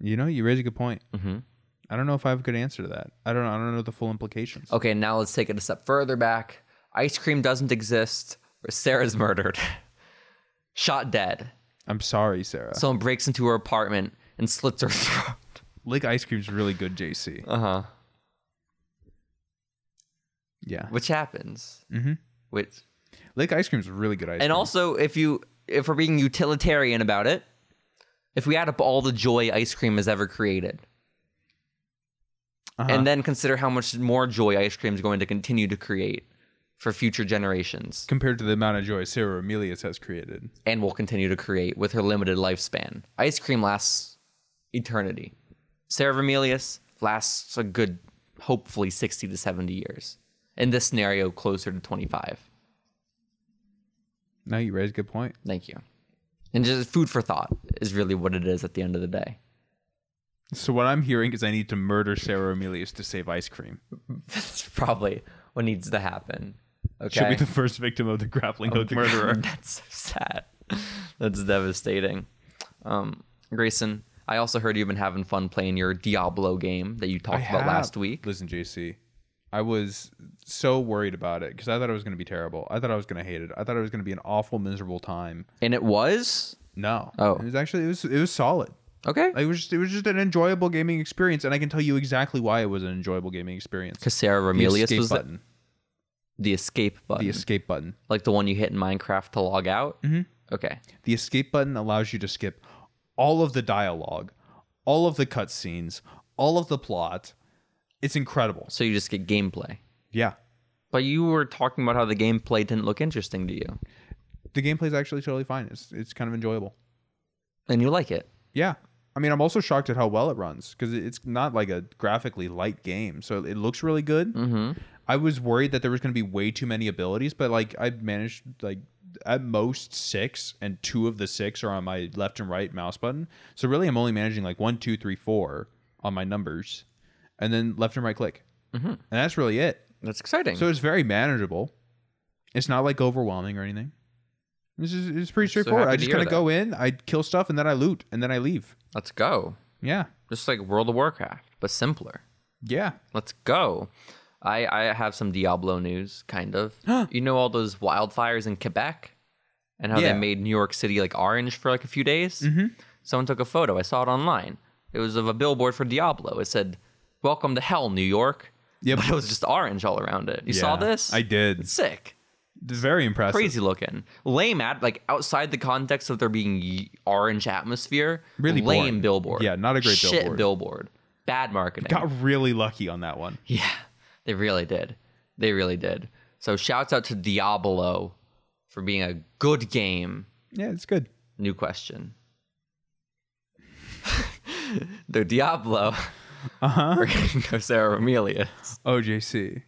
Speaker 2: you know, you raise a good point.
Speaker 1: Mhm.
Speaker 2: I don't know if I have a good answer to that. I don't. I don't know the full implications.
Speaker 1: Okay, now let's take it a step further back. Ice cream doesn't exist. or Sarah's murdered, shot dead.
Speaker 2: I'm sorry, Sarah.
Speaker 1: Someone breaks into her apartment and slits her throat.
Speaker 2: Lick ice cream's really good, JC.
Speaker 1: Uh huh.
Speaker 2: Yeah,
Speaker 1: Which happens. Mm-hmm. Which
Speaker 2: lick ice cream's really good ice
Speaker 1: and
Speaker 2: cream.
Speaker 1: also if you if we're being utilitarian about it, if we add up all the joy ice cream has ever created,
Speaker 2: Uh-huh.
Speaker 1: and then consider how much more joy ice cream is going to continue to create for future generations,
Speaker 2: compared to the amount of joy Sarah Amelius has created.
Speaker 1: and will continue to create with her limited lifespan. Ice cream lasts eternity. Sarah Vermelius lasts a good, hopefully, sixty to seventy years. In this scenario, closer to twenty-five.
Speaker 2: No, you raise a good point.
Speaker 1: Thank you. And just food for thought is really what it is at the end of the day.
Speaker 2: So what I'm hearing is I need to murder Sarah Amelius to save ice cream.
Speaker 1: That's probably what needs to happen. Okay.
Speaker 2: She'll be the first victim of the grappling hook murderer.
Speaker 1: That's so sad. That's devastating. Um, Grayson, I also heard you've been having fun playing your Diablo game that you talked about
Speaker 2: have-
Speaker 1: last week.
Speaker 2: Listen, JC, I was so worried about it because I thought it was going to be terrible. I thought I was going to hate it. I thought it was going to be an awful, miserable time.
Speaker 1: And it was?
Speaker 2: No,
Speaker 1: Oh.
Speaker 2: it was actually it was it was solid.
Speaker 1: Okay.
Speaker 2: Like, it was just it was just an enjoyable gaming experience, and I can tell you exactly why it was an enjoyable gaming experience.
Speaker 1: Because Sarah
Speaker 2: The
Speaker 1: Romelius
Speaker 2: escape
Speaker 1: was the,
Speaker 2: button.
Speaker 1: the escape button,
Speaker 2: The escape button.
Speaker 1: like the one you hit in Minecraft to log out. Mm-hmm. Okay.
Speaker 2: The escape button allows you to skip all of the dialogue, all of the cutscenes, all of the plot. It's incredible.
Speaker 1: So you just get gameplay.
Speaker 2: Yeah.
Speaker 1: But you were talking about how the gameplay didn't look interesting to you,
Speaker 2: The gameplay's actually totally fine. It's it's kind of enjoyable.
Speaker 1: and you like it.
Speaker 2: Yeah. I mean, I'm also shocked at how well it runs because it's not like a graphically light game. So it looks really good. Mm-hmm. I was worried that there was going to be way too many abilities, but like I managed like at most six, and two of the six are on my left and right mouse button. So really, I'm only managing like one, two, three, four on my numbers, and then left and right click, mm-hmm. and that's really it.
Speaker 1: That's exciting.
Speaker 2: So it's very manageable. It's not like overwhelming or anything. This is it's pretty
Speaker 1: so
Speaker 2: straightforward.
Speaker 1: happy
Speaker 2: I
Speaker 1: to
Speaker 2: just
Speaker 1: hear
Speaker 2: kind of
Speaker 1: that.
Speaker 2: go in, I kill stuff, and then I loot, and then I leave.
Speaker 1: Let's go.
Speaker 2: Yeah,
Speaker 1: Just like World of Warcraft, but simpler.
Speaker 2: yeah.
Speaker 1: Let's go. I, I have some Diablo news, kind of. you know all those wildfires in Quebec and how
Speaker 2: Yeah. Mm-hmm.
Speaker 1: they made New York City like orange for like a few days? Someone took a photo. I saw it online. It was of a billboard for Diablo. It said, Welcome to hell, New York.
Speaker 2: Yep.
Speaker 1: But it was just orange all around it. You saw
Speaker 2: Yeah,
Speaker 1: this?
Speaker 2: I did.
Speaker 1: It's sick.
Speaker 2: Very impressive.
Speaker 1: Crazy looking. Lame ad, like outside the context of there being y- orange atmosphere.
Speaker 2: Really
Speaker 1: lame
Speaker 2: boring.
Speaker 1: billboard.
Speaker 2: Yeah, not a great
Speaker 1: Shit
Speaker 2: billboard.
Speaker 1: billboard. Bad marketing.
Speaker 2: Got really lucky on that one.
Speaker 1: Yeah, they really did. They really did. So shouts out to Diablo for being a good game.
Speaker 2: Yeah, it's good.
Speaker 1: New question. the Diablo.
Speaker 2: Uh huh.
Speaker 1: We're gonna go Sarah Romelius.
Speaker 2: OJC.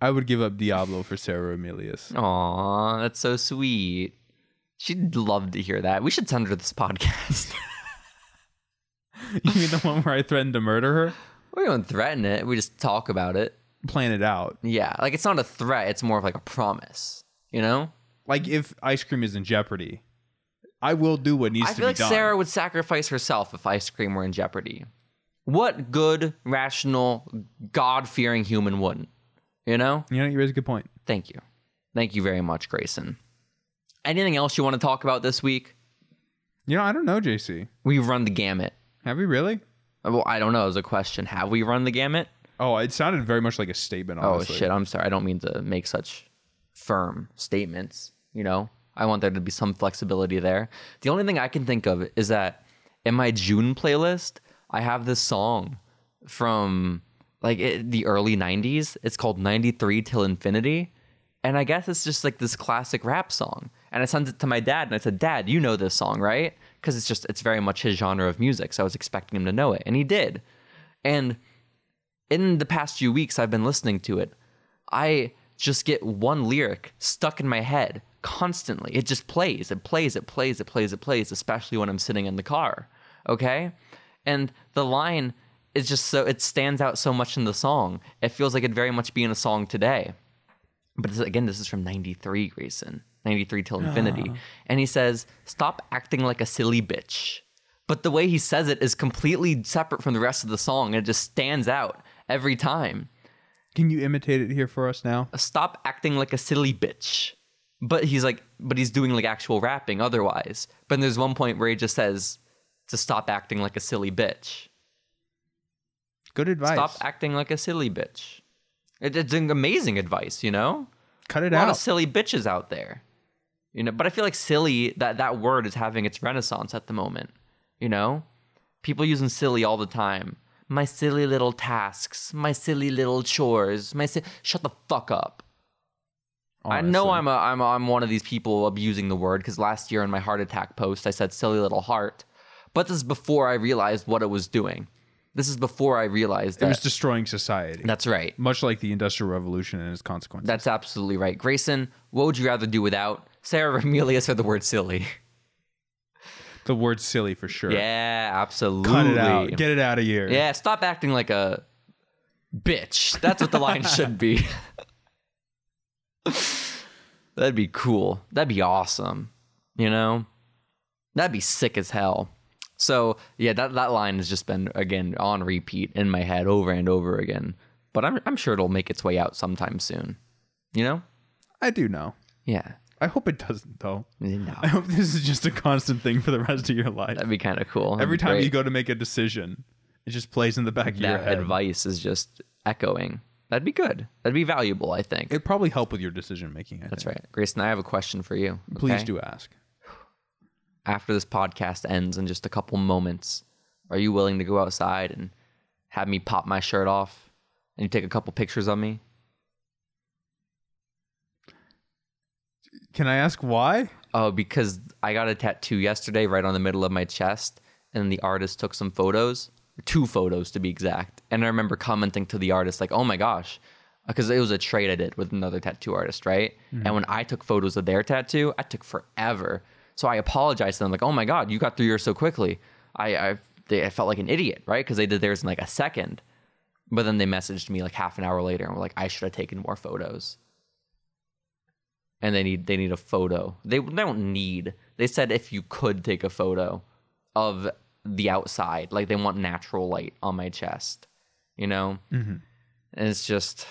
Speaker 2: I would give up Diablo for Sarah Emilius.
Speaker 1: Aw, that's so sweet. She'd love to hear that. We should send her this podcast.
Speaker 2: you mean the one where I threatened to murder her?
Speaker 1: we don't threaten it. We just talk about it.
Speaker 2: Plan it out.
Speaker 1: Yeah, like it's not a threat. It's more of like a promise. You know.
Speaker 2: Like if ice cream is in jeopardy, I will do what needs
Speaker 1: I
Speaker 2: to
Speaker 1: feel
Speaker 2: be
Speaker 1: like
Speaker 2: done.
Speaker 1: Sarah would sacrifice herself if ice cream were in jeopardy. What good, rational, God fearing human wouldn't? You know?
Speaker 2: you know, you raise a good point.
Speaker 1: Thank you. Thank you very much, Grayson. Anything else you want to talk about this week?
Speaker 2: You know, I don't know, JC.
Speaker 1: We've run the gamut.
Speaker 2: Have we really?
Speaker 1: Well, I don't know. It was a question. Have we run the gamut?
Speaker 2: Oh, it sounded very much like a statement.
Speaker 1: Oh,
Speaker 2: Honestly.
Speaker 1: shit. I'm sorry. I don't mean to make such firm statements. You know, I want there to be some flexibility there. The only thing I can think of is that in my June playlist, I have this song from like it, the early 90s. It's called 93 Till Infinity. And I guess it's just like this classic rap song. And I sent it to my dad and I said, Dad, you know this song, right? Because it's just, it's very much his genre of music. So I was expecting him to know it. And he did. And in the past few weeks I've been listening to it, I just get one lyric stuck in my head constantly. It just plays, it plays, it plays, it plays, it plays, especially when I'm sitting in the car. Okay? And the line is just so it stands out so much in the song. It feels like it'd very much be in a song today. But this, again, this is from 93, Grayson. 93 till infinity. And he says, Stop acting like a silly bitch. But the way he says it is completely separate from the rest of the song. And it just stands out every time.
Speaker 2: Can you imitate it here for us now?
Speaker 1: Stop acting like a silly bitch. But he's like, but he's doing like actual rapping otherwise. But there's one point where he just says, to stop acting like a silly bitch.
Speaker 2: Good advice.
Speaker 1: Stop acting like a silly bitch. It, it's an amazing advice, you know?
Speaker 2: Cut it
Speaker 1: a lot
Speaker 2: out.
Speaker 1: of silly bitches out there. You know, but I feel like silly that that word is having its renaissance at the moment. You know, people using silly all the time. My silly little tasks, my silly little chores, my si- shut the fuck up. I know
Speaker 2: honestly.
Speaker 1: I'm a, I'm I'm one of these people abusing the word because last year in my heart attack post I said silly little heart, but this is before I realized what it was doing. This is before I realized
Speaker 2: It
Speaker 1: that.
Speaker 2: was destroying society,
Speaker 1: that's right.
Speaker 2: much like the Industrial Revolution and its consequences.
Speaker 1: That's absolutely right. Grayson, what would you rather do without Sarah Romelius or the word silly?
Speaker 2: the word "silly" for sure.
Speaker 1: Yeah, absolutely.
Speaker 2: Cut it out. Get it out of here.
Speaker 1: yeah, stop acting like a bitch. That's what the line should be. That'd be cool. That'd be awesome. You know? That'd be sick as hell. So yeah, that, that line has just been again on repeat in my head over and over again. But I'm I'm sure it'll make its way out sometime soon. You know?
Speaker 2: I do know.
Speaker 1: Yeah.
Speaker 2: I hope it doesn't though.
Speaker 1: No,
Speaker 2: I hope this is just a constant thing for the rest of your life.
Speaker 1: that'd be kind of cool.
Speaker 2: Every time you go to make a decision, it just plays in the back of your
Speaker 1: that
Speaker 2: head.
Speaker 1: advice is just echoing. That'd be good. That'd be valuable. I think.
Speaker 2: It'd probably help with your decision making. I
Speaker 1: That's right, Grayson. I have a question for you.
Speaker 2: Please
Speaker 1: okay?
Speaker 2: do ask.
Speaker 1: after this podcast ends in just a couple moments, are you willing to go outside and have me pop my shirt off and you take a couple pictures of me?
Speaker 2: Can I ask why?
Speaker 1: Oh, because I got a tattoo yesterday right on the middle of my chest, and the artist took some photos, two photos to be exact. And I remember commenting to the artist, like, oh my gosh, because it was a trade I did with another tattoo artist, right? And when I took photos of their tattoo, I took forever. So I apologized to them, like, oh my God, you got through yours so quickly. I, I, they, I felt like an idiot, right? Because they did theirs in like a second. But then they messaged me like half an hour later and were like, I should have taken more photos and they need they need a photo. They, they don't need. They said if you could take a photo of the outside, like they want natural light on my chest, you know.
Speaker 2: Mhm.
Speaker 1: And it's just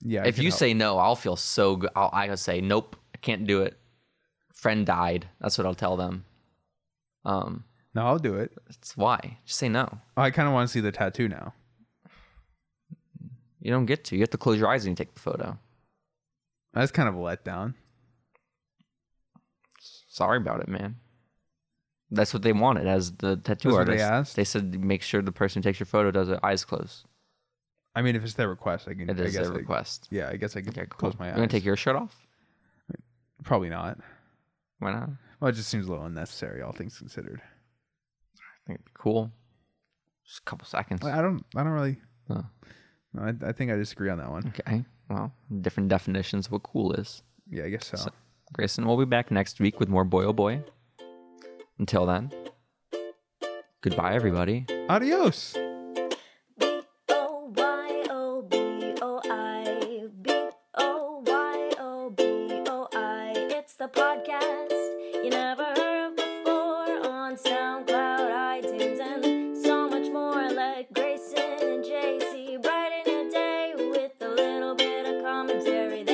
Speaker 2: Yeah. I
Speaker 1: if
Speaker 2: can
Speaker 1: you
Speaker 2: help.
Speaker 1: say no, I'll feel so good. I'll, I'll say nope, I can't do it. Friend died. That's what I'll tell them. Um,
Speaker 2: no, I'll do it.
Speaker 1: that's why. Just say no.
Speaker 2: I kind of want to see the tattoo now.
Speaker 1: You don't get to. You have to close your eyes when you take the photo.
Speaker 2: That's kind of a letdown.
Speaker 1: sorry about it, man. That's what they wanted as the tattoo
Speaker 2: That's what they
Speaker 1: artist.
Speaker 2: asked?
Speaker 1: said make sure the person who takes your photo does it eyes closed.
Speaker 2: I mean, if it's their request, I can.
Speaker 1: It
Speaker 2: I
Speaker 1: is
Speaker 2: guess
Speaker 1: their
Speaker 2: I-
Speaker 1: request.
Speaker 2: yeah, I guess I can
Speaker 1: Okay, cool.
Speaker 2: close my eyes.
Speaker 1: You want to take your shirt off?
Speaker 2: Probably not.
Speaker 1: Why not? I
Speaker 2: Well, it just seems a little unnecessary, all things considered.
Speaker 1: think it'd be cool. Just a couple seconds.
Speaker 2: I I don't. I don't really.
Speaker 1: Huh. Hmm.
Speaker 2: No, I, I think I disagree on that one.
Speaker 1: Okay. Well, different definitions of what cool is.
Speaker 2: Yeah, I guess so.
Speaker 1: Grayson, we'll be back next week with more Boy Oh Boy. Until then, goodbye, everybody.
Speaker 2: Adios.
Speaker 3: B-O-Y-O-B-O-I. B-O-Y-O-B-O-I. It's the podcast you never heard of before on SoundCloud, iTunes, and so much more. Like Grayson and JC, brighten your day with a little bit of commentary. oh